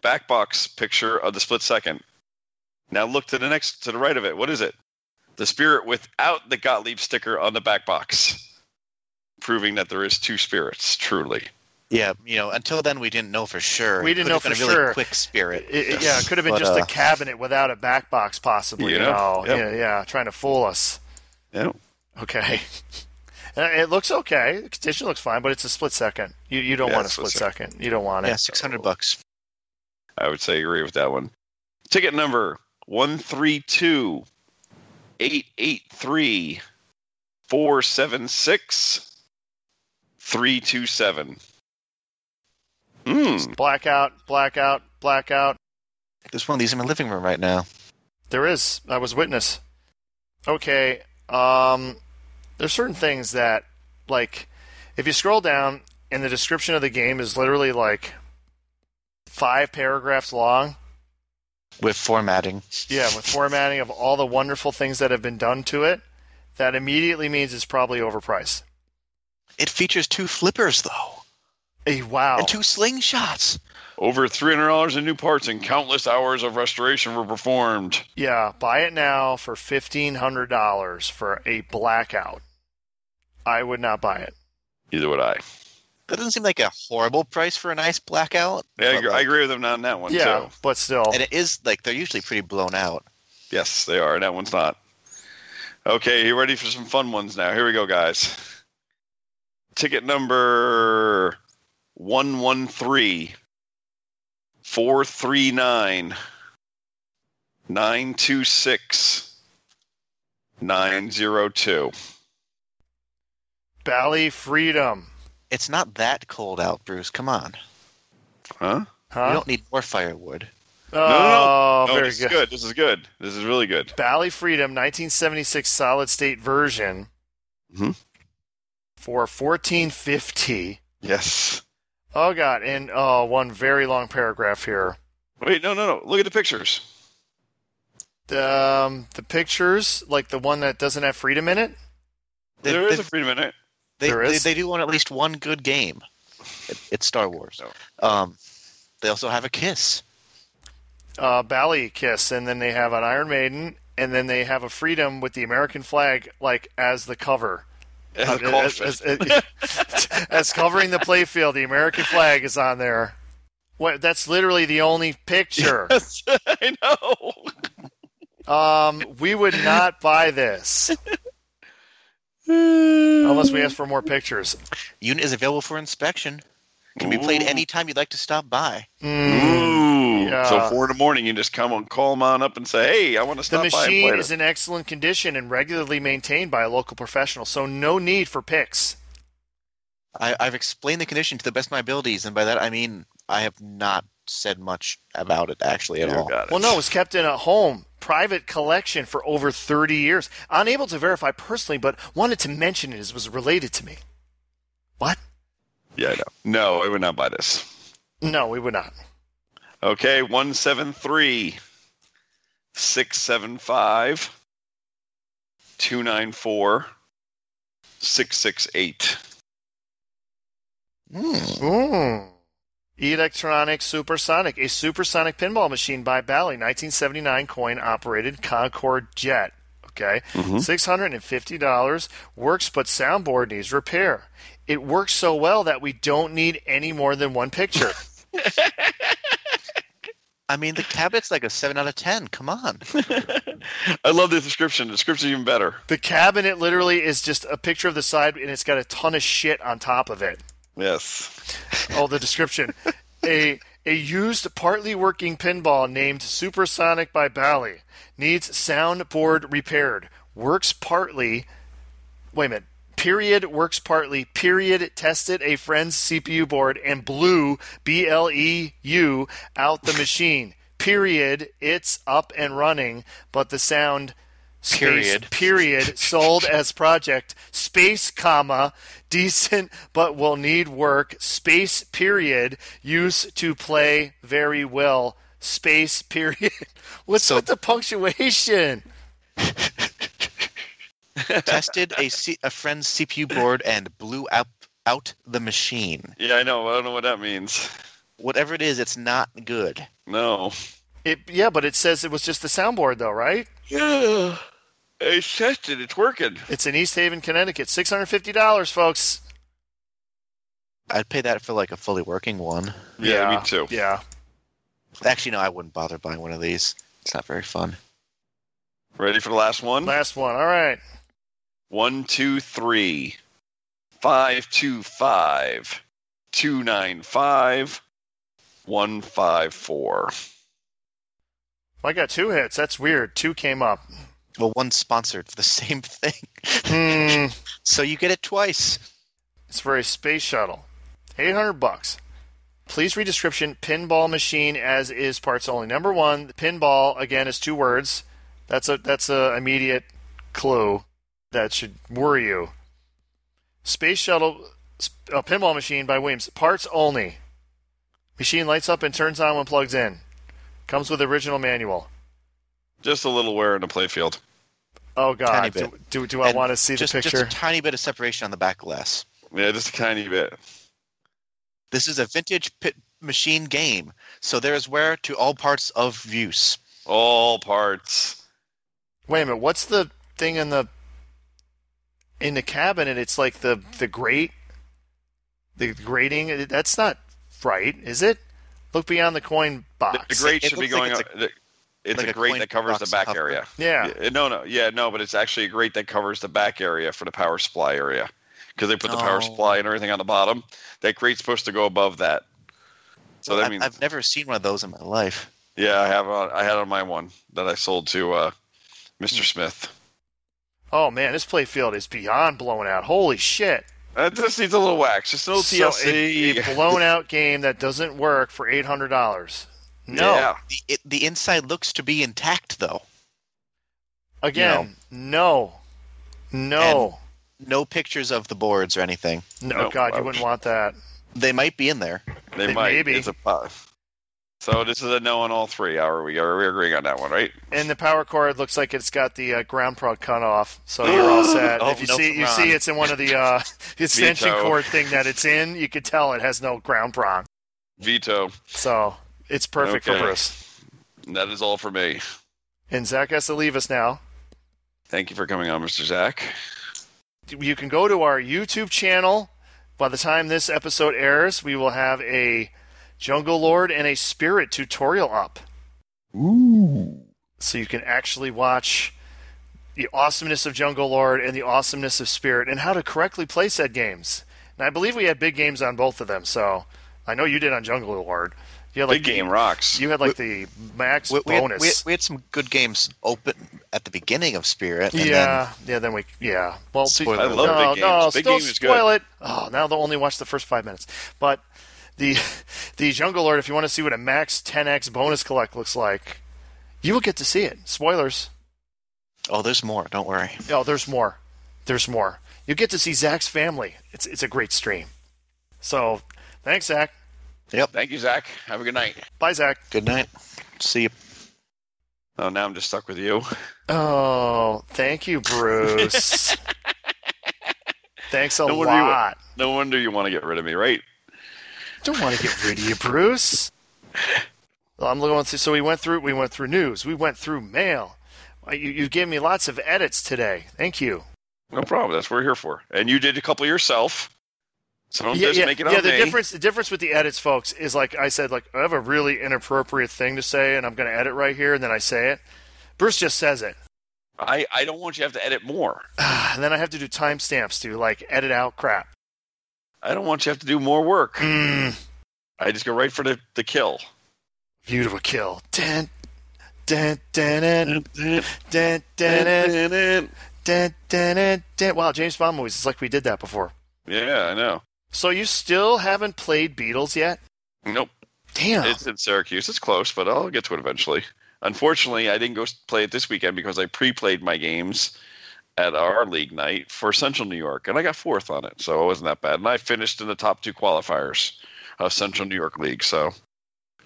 back box picture of the split second. Now look to the next to the right of it. What is it? The Spirit without the Gottlieb sticker on the back box, proving that there is two spirits. Truly. Yeah, you know, until then we didn't know for sure. We It didn't could have know been for a really sure. Quick spirit. It- it- yeah, it could have been But, just uh, a cabinet without a back box, possibly. Yeah, You know, yeah. yeah, yeah, trying to fool us. Yeah. Okay. Uh, it looks okay. The condition looks fine, but it's a split second. You you don't Yeah, want a split split second. You don't want it. Yeah, six hundred bucks. I would say agree with that one. Ticket number one three two eight eight three four seven six three two seven. Hmm. Blackout, blackout, blackout. There's one of these in my living room right now. There is. I was witness. Okay. Um, there's certain things that, like, if you scroll down and the description of the game is literally like five paragraphs long, With formatting. Yeah, with formatting of all the wonderful things that have been done to it, that immediately means it's probably overpriced. It features two flippers though. Eh, wow. And two slingshots. Over three hundred dollars in new parts and countless hours of restoration were performed. yeah, buy it now for fifteen hundred dollars for a blackout. I would not buy it. Either would I. That doesn't seem like a horrible price for a nice blackout. Yeah, I but, agree, I like- agree with them on that one yeah, too. but still, And it is like they're usually pretty blown out. Yes, they are. That one's not. Okay, you ready for some fun ones now? Here we go, guys. Ticket number 113 439 926 902. Bally Freedom, It's not that cold out, Bruce. Come on. Huh? You huh? don't need more firewood. Oh, no, no, very this is good. This is good. This is really good. Bally Freedom, 1976 solid state version, Mm-hmm. Mhm. for fourteen fifty. Yes. Oh God, and oh, one very long paragraph here. Wait, no, no, no. Look at the pictures. um, the pictures, like the one that doesn't have freedom in it. They- there is they- a freedom in it. They, There they, is? they do want at least one good game. It, it's Star Wars. No. Um, they also have a kiss. Uh, Bally Kiss, and then they have an Iron Maiden, and then they have a freedom with the American flag, like as the cover. As a Uh, as, coffin. as- as- as covering the playfield, the American flag is on there. What? That's literally the only picture. I know. Um, we would not buy this unless we ask for more pictures. Unit is available for inspection. Can be played Ooh. anytime you'd like to stop by. Mm. Ooh. Yeah. So four in the morning, you just come and call them on up and say, "Hey, I want to The stop by and machine play is this." in excellent condition and regularly maintained by a local professional, so no need for picks. I, I've explained the condition to the best of my abilities, and by that I mean I have not said much about it actually at You all. got it. Well, no, it was kept in a home private collection for over 30 years. Unable to verify personally, but wanted to mention it as it was related to me. What? Yeah, I know. No, I would not buy this. No, we would not. Okay, one seven three, six seven five, two nine four, six six eight. Hmm. Ooh. Electronic Supersonic, a supersonic pinball machine by Bally, 1979 coin operated Concorde jet. Okay. $650 works, but soundboard needs repair. It works so well that we don't need any more than one picture. I mean, the cabinet's like a seven out of ten. Come on. I love the description. The description's even better. The cabinet literally is just a picture of the side, and it's got a ton of shit on top of it. Yes. Oh, the description: a a used, partly working pinball named Supersonic by Bally needs soundboard repaired. works partly. Wait a minute. Period works partly. Period tested a friend's CPU board and blew B L E U out the machine. Period. It's up and running, but the sound. space- Period. period. Sold as project. Space comma decent, but will need work. Space period. Use to play very well. Space period. What's So- with the punctuation? tested a, C- a friend's CPU board and blew up out the machine. Yeah, I know. I don't know what that means. Whatever it is, it's not good. No. It yeah, but it says it was just the soundboard though, right? Yeah. It's tested. It's working. It's in East Haven, Connecticut. Six hundred fifty dollars, folks. I'd pay that for like a fully working one. Yeah, me too. Yeah. Actually, no, I wouldn't bother buying one of these. It's not very fun. Ready for the last one? Last one. All right. One, two, three. Five, two, five. Two, nine, five. One, five, four. Well, I got two hits. That's weird. Two came up. Well, one sponsored for the same thing, Hmm. so you get it twice. It's for a space shuttle. Eight hundred bucks. Please read description. Pinball machine as is parts only. Number one, the pinball again is two words. That's a that's a immediate clue that should worry you. Space shuttle, sp- a pinball machine by Williams. Parts only. Machine lights up and turns on when plugged in. Comes with original manual. Just a little wear in the playfield. Oh God! Tiny Do, bit. do, do I And want to see just, the Just picture? a tiny bit of separation on the back glass. Yeah, just a tiny bit. This is a vintage pit machine game, so there is wear to all parts of use. All parts. Wait a minute. What's the thing in the in the cabinet? It's like the the grate, the grating. That's not right, is it? Look beyond the coin The, box. the grate It should be looks like going it's up. the- It's like a a grate coin that covers the box back cover. area. Yeah. Yeah, No, no, yeah, no, but it's actually a grate that covers the back area for the power supply area because they put the Oh. power No. supply and everything on the bottom. That grate's supposed to go above that. So that I've, means, I've never seen one of those in my life. yeah, I have. On, I had on my one that I sold to uh, Mr. Hmm. Smith. Oh man, this playfield is beyond blown out. Holy shit! That Uh, just needs a little wax, just a little So TLC. a, a blown out game that doesn't work for eight hundred dollars. No, Yeah. The, it, the inside looks to be intact, though. again, no, no, No pictures of the boards or anything. no. No, God, I you would- wouldn't want that. They might be in there. they They might. may be. It's a po- So this is a no on all three. Are we? Are we agreeing on that one? Right? And the power cord looks like it's got the uh, ground prod cut off, so you're all set. Oh, if you no, see you Ron. see it's in one of the uh, extension Veto. cord thing that it's in, you could tell it has no ground prod. Veto. So it's perfect Okay. for Bruce. That is all for me. And Zach has to leave us now. Thank you for coming on, Mr. Zach. You can go to our YouTube channel. By the time this episode airs, we will have a Jungle Lord and a Spirit tutorial up. Ooh. so you can actually watch the awesomeness of Jungle Lord and the awesomeness of Spirit and how to correctly play said games. And I believe we had big games on both of them. So I know you did on Jungle Lord. You had like Big game rocks. You had like the max We, we had, bonus. we had- we had some good games open at the beginning of Spirit. And yeah, yeah. Then we, yeah. Well, see- Spoiler I love no, big no, games. Big still game is good. spoil it. Oh, now they'll only watch the first five minutes. But the the Jungle Lord, if you want to see what a max 10x bonus collect looks like, you will get to see it. Spoilers. Then, oh, there's more. Don't worry. Oh, there's more. There's more. You get to see Zach's family. It's it's a great stream. So thanks, Zach. Yep. Thank you, Zach. Have a good night. Bye, Zach. Good night. See you. Oh, now I'm just stuck with you. Oh, thank you, Bruce. thanks a No wonder you- lot. No wonder you want to get rid of me, right? Don't want to get rid of you, Bruce. Well, I'm looking through. So we went through. We went through news. We went through mail. Uh, You you gave me lots of edits today. Thank you. No problem. That's what we're here for. And you did a couple yourself. So don't yeah, just yeah, make it eh? yeah. on The me. difference, the difference with the edits, folks, is like I said, like I have a really inappropriate thing to say, and I'm going to edit right here, and then I say it. Bruce just says it, I, I don't want you to have to edit more. and then I have to do timestamps to like edit out crap. I don't want you to have to do more work. Mm, I just go right for the, the kill. beautiful kill. Ten, Dun, dun, dun, dun, dun, dun, Yeah, dun, dun, dun, dun. Wow, James Bond movies. It's like we did that before. I know. So you still haven't played Beatles yet? Nope. Damn. It's in Syracuse. It's close, but I'll get to it eventually. Unfortunately, I didn't go s- play it this weekend because I pre-played my games at our league night for Central New York, and I got fourth on it, so it wasn't that bad. And I finished in the top two qualifiers of Central New York League, so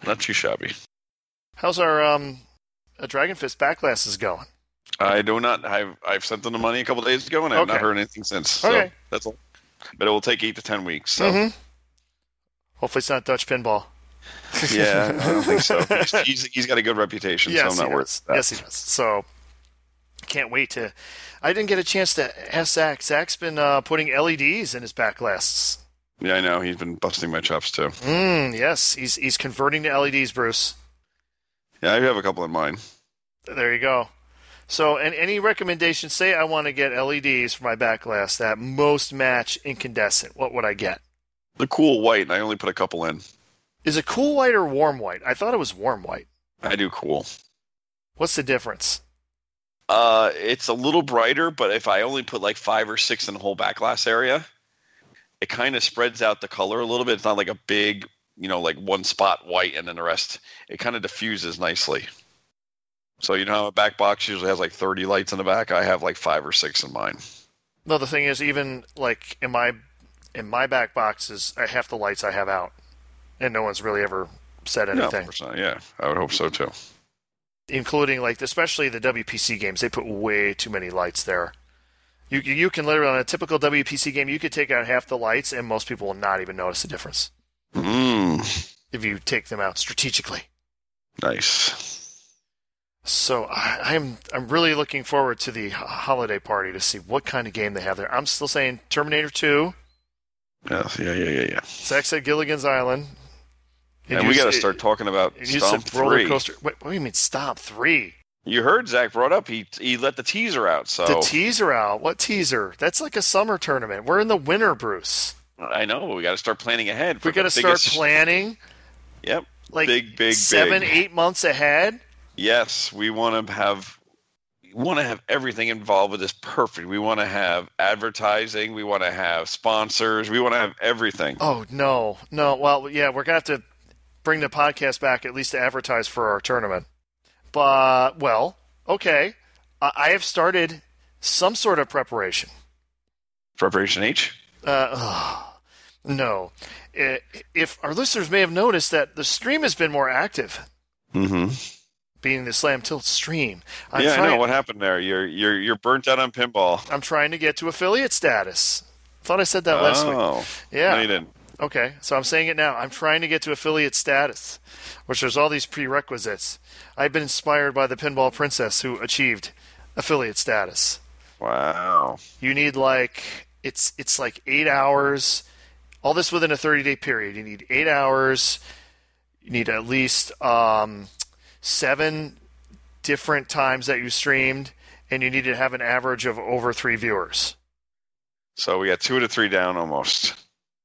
not too shabby. How's our um, uh, Dragon Fist back glasses going? I do not. I've I've sent them the money a couple days ago, and I've not Okay. heard anything since. So Okay. that's all. But it will take eight to ten weeks. So Mhm. Hopefully it's not Dutch pinball. Mm-hmm. yeah, I don't think so. He's, he's, he's got a good reputation, Yes, so I'm he not worried. does. about that. Yes, he does. So can't wait to. I didn't get a chance to ask Zach. Zach's been uh, putting LEDs in his back glasses. Yeah, I know. He's been busting my chops too. Mm, yes, he's he's converting to LEDs, Bruce. Yeah, I have a couple in mind. There you go. So, and any recommendations? Say I want to get LEDs for my back glass that most match incandescent. What would I get? The cool white, and I only put a couple in. Is it cool white or warm white? I thought it was warm white. I do cool. What's the difference? Uh, it's a little brighter, but if I only put like five or six in the whole back glass area, it kind of spreads out the color a little bit. It's not like a big, you know, like one spot white and then the rest. It kind of diffuses nicely. So you know how a back box usually has like 30 lights in the back. I have like five or six in mine. No, the thing is, even like in my in my back boxes, I half the lights I have out, and no one's really ever said No, of anything, course not. Yeah, I would hope so too. including like especially the WPC games. They put way too many lights there. You you- you can literally on a typical WPC game, you could take out half the lights, and most people will not even notice the difference Mmm, if you take them out strategically. nice. So I, I'm I'm really looking forward to the h- holiday party to see what kind of game they have there. I'm still saying Terminator Two. Yeah, yeah, yeah, yeah. yeah. Zach said Gilligan's Island. And we you got to s- start talking about And you Stomp said roller 3. coaster. Wait, what do you mean Stomp three? You heard Zach brought up he he let the teaser out. So The teaser out. What teaser? That's like a summer tournament. We're in the winter, Bruce. I know we got to start planning ahead. We got to to start planning Yep. like big, big, seven, big. eight months ahead. Yes, we want to have want to have everything involved with this perfect. We want to have advertising. We want to have sponsors. We want to have everything. Oh no, no. Well, yeah, we're gonna have to bring the podcast back at least to advertise for our tournament. But well, okay. I, I have started some sort of preparation. Preparation H. Uh, ugh, no, I- if our listeners may have noticed that the stream has been more active. Mm-hmm. being the slam tilt stream. I'm yeah, I trying, know what happened there. You're you're you're burnt out on pinball. I'm trying to get to affiliate status. Thought I said that last week. oh, Yeah. no, you didn't. Okay, so I'm saying it now. I'm trying to get to affiliate status, which there's all these prerequisites. I've been inspired by the pinball princess who achieved affiliate status. Wow. You need like it's it's like eight hours. All this within a 30 day period. You need eight hours. You need at least um, seven different times that you streamed, and you need to have an average of over three viewers. So we got two to three down almost.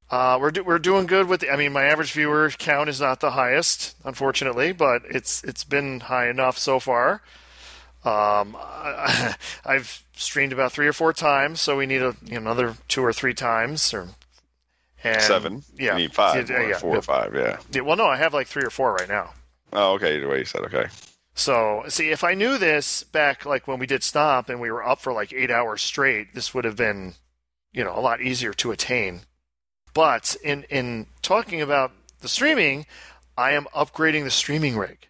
Uh, we're do- we're doing good with. The, I mean, my average viewer count is not the highest, unfortunately, but it's it's been high enough so far. Um, I, I've streamed about three or four times, so we need a, you know, another two or three times or and, Seven. Yeah, You need five. Yeah, or yeah, four or five. Yeah. yeah. Well, no, I have like three or four right now. Oh, okay. The way you said. Okay. So, see, if I knew this back, like when we did stop and we were up for like eight hours straight, this would have been, you know, a lot easier to attain. But in in talking about the streaming, I am upgrading the streaming rig.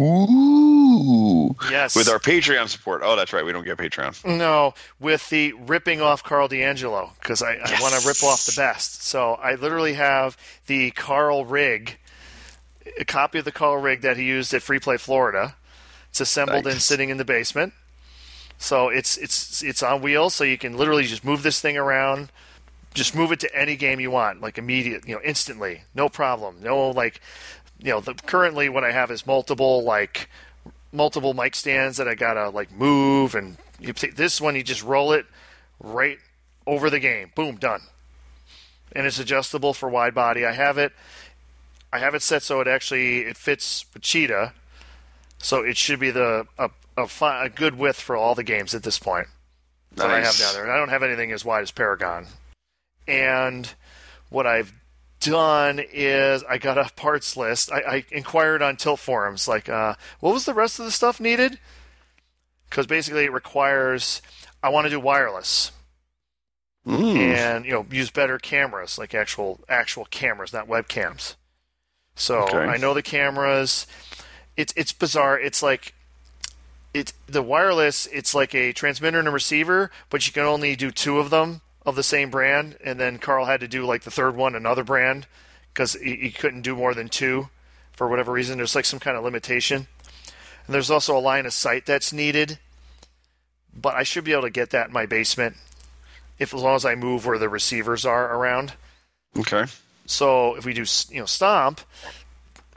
Ooh. Yes, With our Patreon support. Oh, that's right. We don't get Patreon. no, with the ripping off Carl D'Angelo because I, I want to rip off the best. So I literally have the Carl rig, a copy of the Carl rig that he used at Free Play Florida. It's assembled and Nice. sitting in the basement. So it's it's it's on wheels, so you can literally just move this thing around. Just move it to any game you want, like immediate, you know, instantly, no problem. No like, you know, the, currently what I have is multiple like multiple mic stands that I gotta like move, and you take this one, you just roll it right over the game, boom, done. And it's adjustable for wide body. I have it, I have it set so it actually it fits with Cheetah, So it should be the a, a, fi- a good width for all the games at this point that I have Nice. down there. And I don't have anything as wide as Paragon. And what I've done is I got a parts list. I, I inquired on Tilt forums, like, uh, what was the rest of the stuff needed? Because basically it requires, I want to do wireless Mm. and you know use better cameras, like actual actual cameras, not webcams. So Okay. I know the cameras. It's it's bizarre. It's like it's the wireless. It's like a transmitter and a receiver, but you can only do two of them of the same brand. And then Carl had to do like the third one, another brand, because he, he couldn't do more than two for whatever reason. There's like some kind of limitation. And there's also a line of sight that's needed, but I should be able to get that in my basement if as long as I move where the receivers are around. Okay. So if we do you know stomp,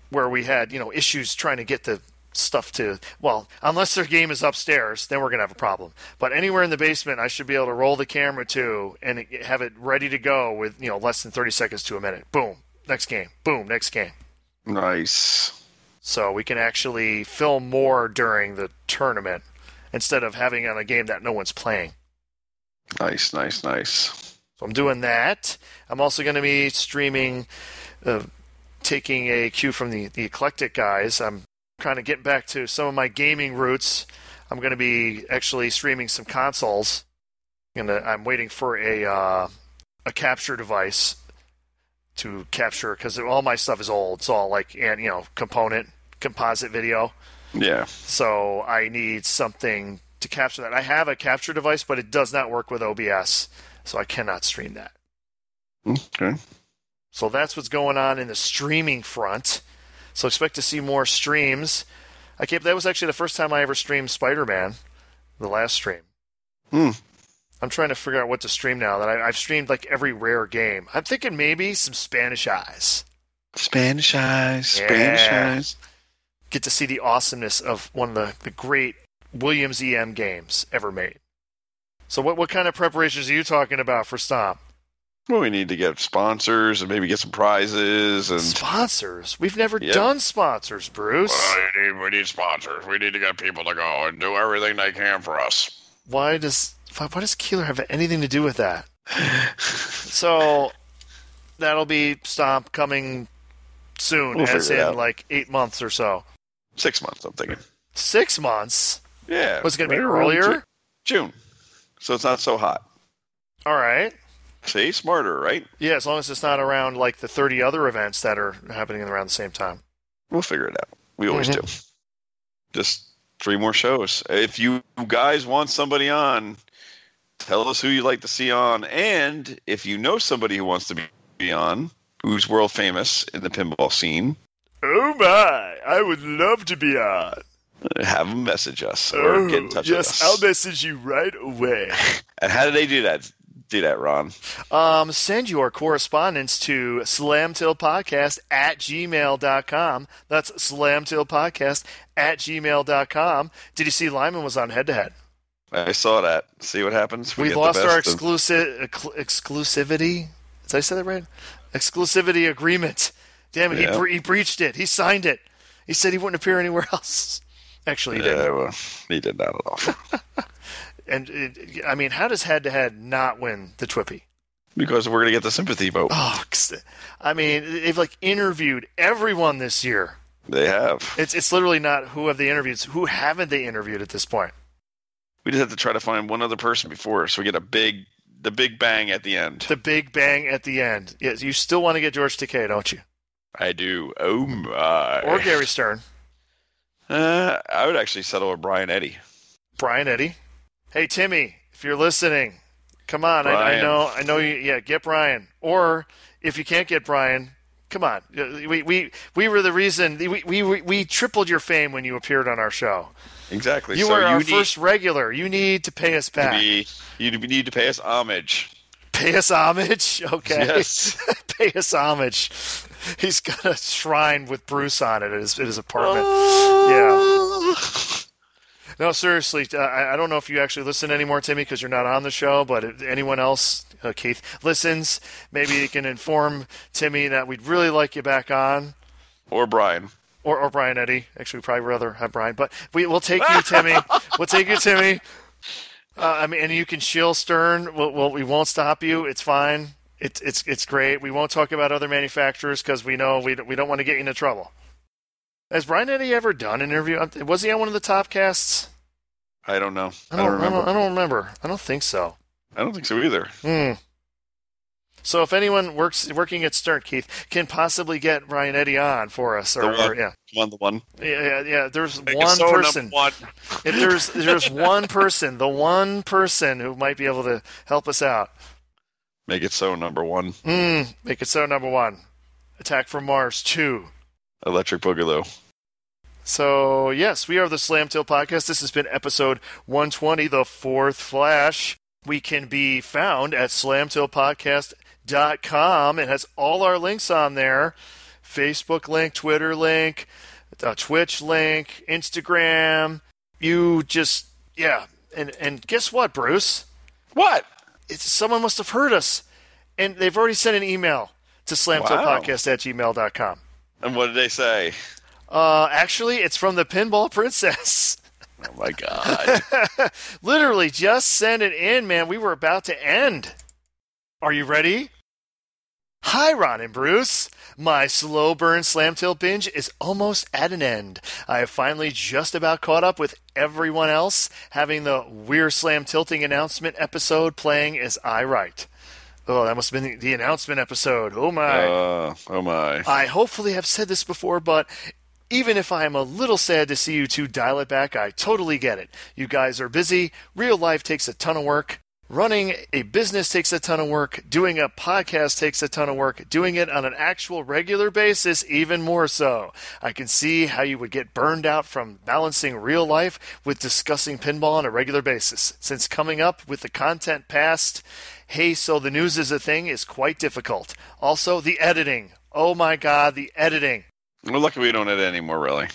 where we had you know issues trying to get the stuff to well, unless their game is upstairs, then we're gonna have a problem. But anywhere in the basement, I should be able to roll the camera to and it- have it ready to go with you know less than thirty seconds to a minute. Boom, next game. Boom, next game. Nice. So we can actually film more during the tournament instead of having on a game that no one's playing. Nice, nice, nice. So I'm doing that. I'm also going to be streaming, uh, taking a cue from the, the eclectic guys. I'm kind of getting back to some of my gaming roots. I'm going to be actually streaming some consoles. And uh, I'm waiting for a uh, a capture device to capture because all my stuff is old. It's all like and you know component composite video. Yeah. So I need something to capture that. I have a capture device, but it does not work with OBS, so I cannot stream that. Okay. So that's what's going on in the streaming front. So expect to see more streams. I kept that was actually the first time I ever streamed Spider-Man, the last stream. Hmm. I'm trying to figure out what to stream now that I, I've streamed like every rare game. I'm thinking maybe some Spanish Eyes. Spanish eyes. Yeah. Spanish eyes. Get to see the awesomeness of one of the, the great Williams EM games ever made. So what what kind of preparations are you talking about for Stomp? Well, we need to get sponsors and maybe get some prizes and. Sponsors? We've never Yeah. done sponsors, Bruce. we, need, we need sponsors. We need to get people to go and do everything they can for us. why does why, why does Keeler have anything to do with that? so that'll be Stomp coming soon, We'll as in figure it out. like eight months or so. Six months, I'm thinking. Six months? Yeah. Was it going to be right around earlier? Ju- June. So it's not so hot. All right. See, smarter, right? Yeah, as long as it's not around like the 30 other events that are happening around the same time. We'll figure it out. We always Mm-hmm. do. Just three more shows. If you guys want somebody on, tell us who you'd like to see on. And if you know somebody who wants to be- be on, who's world famous in the pinball scene, Oh my! I would love to be on. have them message us or Oh, get in touch with us. message you right away. and how do they do that? Do that, Ron. Um, send your correspondence to slamtillpodcast at gmail.com. That's slamtillpodcast at gmail.com. Did you see Lyman was on head to head? I saw that. See what happens. We get the lost our best of- exclusive exclusivity. Did I say that right? Exclusivity agreement. Damn it, Yeah. he, bre- he breached it. He signed it. He said he wouldn't appear anywhere else. Actually, he didn't. Yeah, well, he did that at all. And it, I mean, how does head to head not win the Twippy? because we're gonna get the sympathy vote. Oh, 'cause- I mean, they've like interviewed everyone this year. They have. It's it's literally not who have they interviewed, it's who haven't they interviewed at this point. We just have to try to find one other person before, so we get a big, the big bang at the end. The big bang at the end. Yes, you still want to get George Takei, don't you? I do. Oh my! Or Gary Stern, Uh, I would actually settle with Brian Eddy. Brian Eddy. Hey Timmy, if you're listening, come on. I, I Brian. know, I know you. Yeah, get Brian. Or if you can't get Brian, come on. We we we were the reason. We we we, we tripled your fame when you appeared on our show. Exactly. You so were you our need first regular. You need to pay us to back. be. You need to pay us homage. Pay us homage. Okay. Yes. pay us homage. He's got a shrine with Bruce on it at his, at his apartment. Oh. yeah. No, seriously, uh, I, I don't know if you actually listen anymore, Timmy, because you're not on the show. But if anyone else, uh, Keith, listens, maybe you can inform Timmy that we'd really like you back on. Or Brian. or or Brian Eddy. Actually, we probably rather have Brian, but we will take you, Timmy. we'll take you, Timmy. Uh, I mean, and you can shill Stern. We'll, we'll, we won't stop you. It's fine. It's it's it's great. We won't talk about other manufacturers because we know we don't- we don't want to get you into trouble. Has Brian Eddy ever done an interview? Um, Was he on one of the top casts? I don't know. I don't, I remember. don't, I don't remember. I don't think so. I don't think so either. Hmm. So if anyone works working at Stern, Keith can possibly get Brian Eddy on for us, or, The one- or yeah, One, the one. yeah, yeah, yeah. There's Make a one soda number person. One. If there's there's one person, the one person who might be able to help us out. Make it so number one. Mm, make it so number one. Attack from Mars two. Electric Boogaloo. So yes, we are the Slam Till Podcast. This has been episode 120, the fourth flash. We can be found at slamtillpodcast.com. It has all our links on there. Facebook link, Twitter link, uh, Twitch link, Instagram. You just yeah. And and guess what, Bruce? What? It's, someone must have heard us. And they've already sent an email to slamtillpodcast at gmail.com. And what did they say? Uh, actually, it's from the Pinball Princess. Oh my god. Literally, just send it in, man. We were about to end. Are you ready? Hi, Ron and Bruce. My slow burn slam till binge is almost at an end. I have finally just about caught up with everyone else, having the We're Slam Tilting announcement episode playing as I write. Oh, that must have been the- the announcement episode. Oh my. uh, oh my. I hopefully have said this before, but even if I am a little sad to see you two dial it back, I totally get it. You guys are busy. Real life takes a ton of work. Running a business takes a ton of work. Doing a podcast takes a ton of work. Doing it on an actual regular basis, even more so. I can see how you would get burned out from balancing real life with discussing pinball on a regular basis. Since coming up with the content past, hey, so the news is a thing is quite difficult. Also, the editing. Oh my god, the editing. We're lucky we don't edit anymore, really.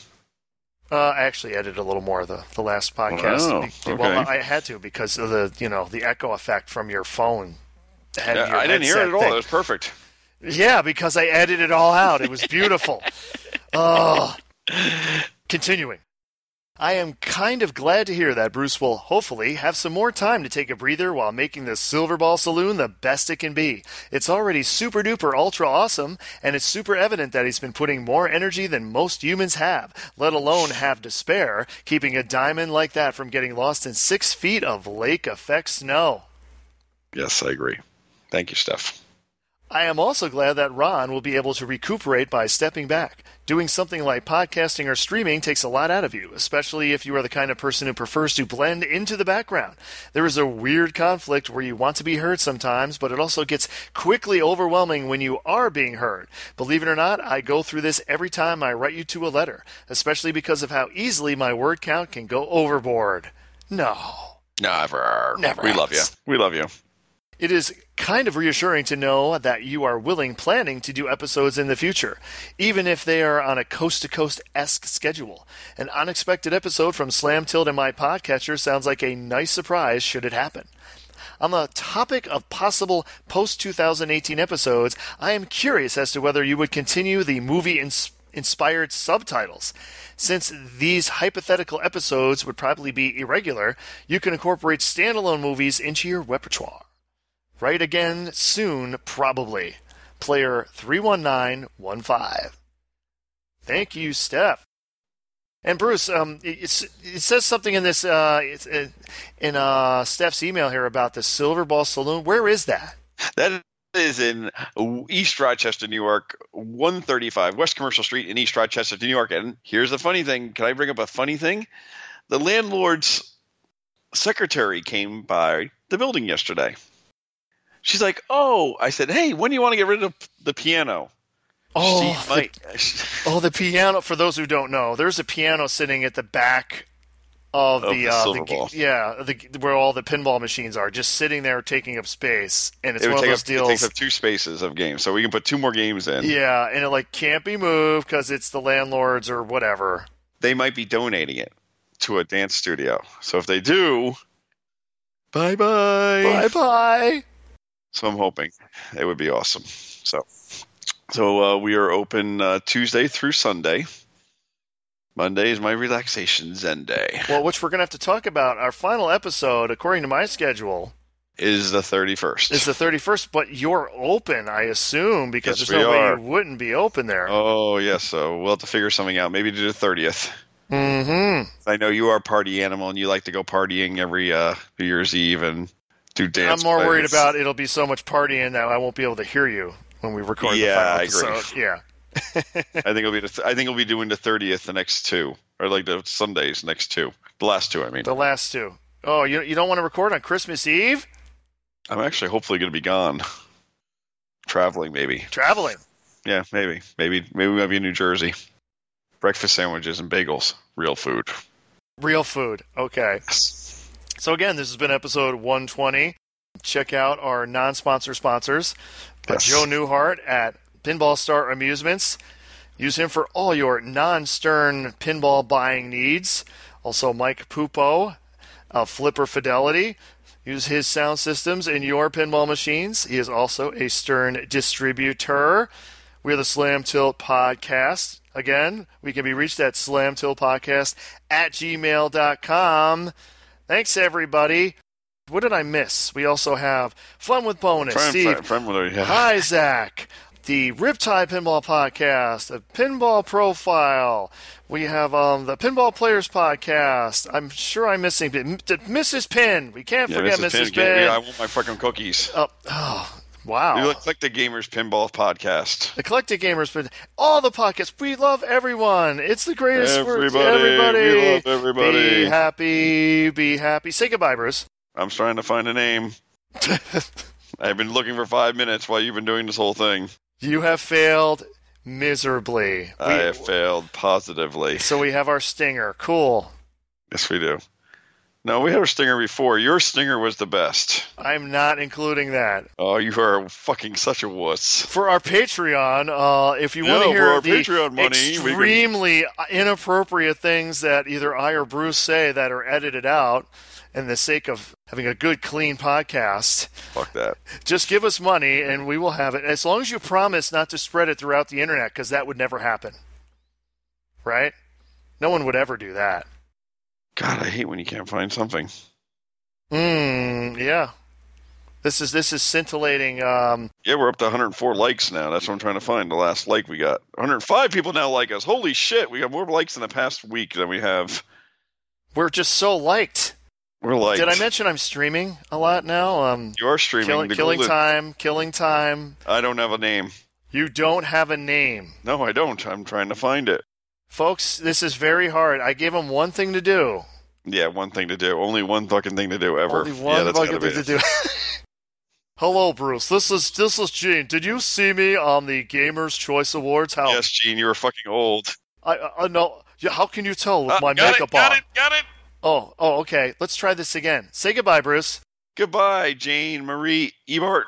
Uh, I actually edited a little more of the, the last podcast. Wow, Be- Well, Oh, okay. I had to because of the you know the echo effect from your phone. Had Yeah, your I didn't hear headset it at all. thing. It was perfect. Yeah, because I edited it all out. It was beautiful. oh. Continuing. I am kind of glad to hear that Bruce will hopefully have some more time to take a breather while making the Silver Ball Saloon the best it can be. It's already super duper ultra awesome, and it's super evident that he's been putting more energy than most humans have, let alone have to spare, keeping a diamond like that from getting lost in six feet of lake effect snow. Yes, I agree. Thank you, Steph. I am also glad that Ron will be able to recuperate by stepping back. Doing something like podcasting or streaming takes a lot out of you, especially if you are the kind of person who prefers to blend into the background. There is a weird conflict where you want to be heard sometimes, but it also gets quickly overwhelming when you are being heard. Believe it or not, I go through this every time I write you to a letter, especially because of how easily my word count can go overboard. No. Never. Never We love you. happens. We love you. It is kind of reassuring to know that you are willing planning to do episodes in the future, even if they are on a coast to coast esque schedule. An unexpected episode from Slam Tilt and My Podcatcher sounds like a nice surprise should it happen. On the topic of possible post 2018 episodes, I am curious as to whether you would continue the movie ins- inspired subtitles. Since these hypothetical episodes would probably be irregular, you can incorporate standalone movies into your repertoire. Right again soon, probably. Player 31915. Thank you, Steph. And Bruce, um, it, it's- it says something in this uh, it's, uh, in uh, Steph's email here about the Silver Ball Saloon. Where is that? That is in East Rochester, New York, 135 West Commercial Street in East Rochester, New York. And here's the funny thing. Can I bring up a funny thing? The landlord's secretary came by the building yesterday. She's like, "Oh," I said, "Hey, when do you want to get rid of the piano?" Oh, she the, might. oh, the piano. For those who don't know, there's a piano sitting at the back of, Of the, the uh, Silver g- Ball. yeah, the, where all the pinball machines are, just sitting there taking up space. And it's it one of would take those up, it deals. takes up two spaces of games, so we can put two more games in. Yeah, and it like can't be moved because it's the landlords or whatever. They might be donating it to a dance studio. So if they do, bye bye. Bye bye. So I'm hoping it would be awesome. So, so uh, we are open uh, Tuesday through Sunday, Monday is my relaxation zen day. Well, which we're going to have to talk about. Our final episode, according to my schedule, Is the thirty first. is the 31st, but you're open, I assume, because Yes, there's no we way are. you wouldn't be open there. Oh yes, so we'll have to figure something out. Maybe do the thirtieth. Mm-hmm. I know you are a party animal and you like to go partying every uh, New Year's Eve and do dance. I'm more worried plays. about it'll be so much partying that I won't be able to hear you when we record Yeah, the final I agree. episode. Yeah. I think it'll be. The th- I think we'll be doing the thirtieth, the next two, or like the Sundays next two, the last two. I mean, The last two. Oh, you, you don't want to record on Christmas Eve? I'm actually hopefully going to be gone, traveling maybe. Traveling. Yeah, maybe, maybe, maybe we'll be in New Jersey. Breakfast sandwiches and bagels, real food. Real food. Okay. So, again, this has been episode 120. Check out our non sponsor sponsors uh, Yes. Joe Newhart at Pinball Star Amusements. Use him for all your non stern pinball buying needs. Also, Mike Pupo of Flipper Fidelity. Use his sound systems in your pinball machines. He is also a Stern distributor. We're the Slam Tilt Podcast. Again, we can be reached at slamtiltpodcast at gmail.com. Thanks, everybody. What did I miss? We also have Fun with Bonus, Friend, Steve friend, friend, what do we have? Hi, Zach. The Riptide Pinball Podcast, the Pinball Profile. We have um, the Pinball Players Podcast. I'm sure I'm missing M- d- Mrs. Pin. We can't Yeah, forget Mrs. Pin, Mrs. Pin. get me- I want my fucking cookies. oh, oh, wow. You look like the Gamers Pinball Podcast. Eclectic Gamers, but all the podcasts. We love everyone. It's the greatest word. Everybody. We Everybody. love everybody. Be happy. Be happy. Say goodbye, Bruce. I'm trying to find a name. I've been looking for five minutes while you've been doing this whole thing. You have failed miserably. I We- have failed positively. so we have our stinger. Cool. Yes, we do. No, we had a stinger before. Your stinger was the best. I'm not including that. Oh, you are fucking such a wuss. For our Patreon, uh, if you want to Yeah, hear for our the Patreon money, we can- extremely inappropriate things that either I or Bruce say that are edited out in the sake of having a good, clean podcast, Fuck that. just give us money and we will have it. As long as you promise not to spread it throughout the internet, because that would never happen. Right? No one would ever do that. God, I hate when you can't find something. Mm, yeah. This is this is scintillating. Um, Yeah, we're up to 104 likes now. That's what I'm trying to find. The last like we got. 105 people now like us. Holy shit, we got more likes in the past week than we have. we're just so liked. We're like, Did I mention I'm streaming a lot now? Um, you are streaming? killing, the killing golden- time, killing time. I don't have a name. You don't have a name, No, I don't. I'm trying to find it. folks. This is very hard. I gave him one thing to do. Yeah, one thing to do. Only one fucking thing to do ever. Only one yeah, that's fucking gotta be thing to it. do. Hello, Bruce. This is this is Gene. Did you see me on the Gamers Choice Awards? How Yes, Gene, you were fucking old. I, I I know. Yeah, how can you tell with Ah, my got makeup it, got on? it, got it. Oh, oh, okay. Let's try this again. Say goodbye, Bruce. Goodbye, Jane Marie Ebert.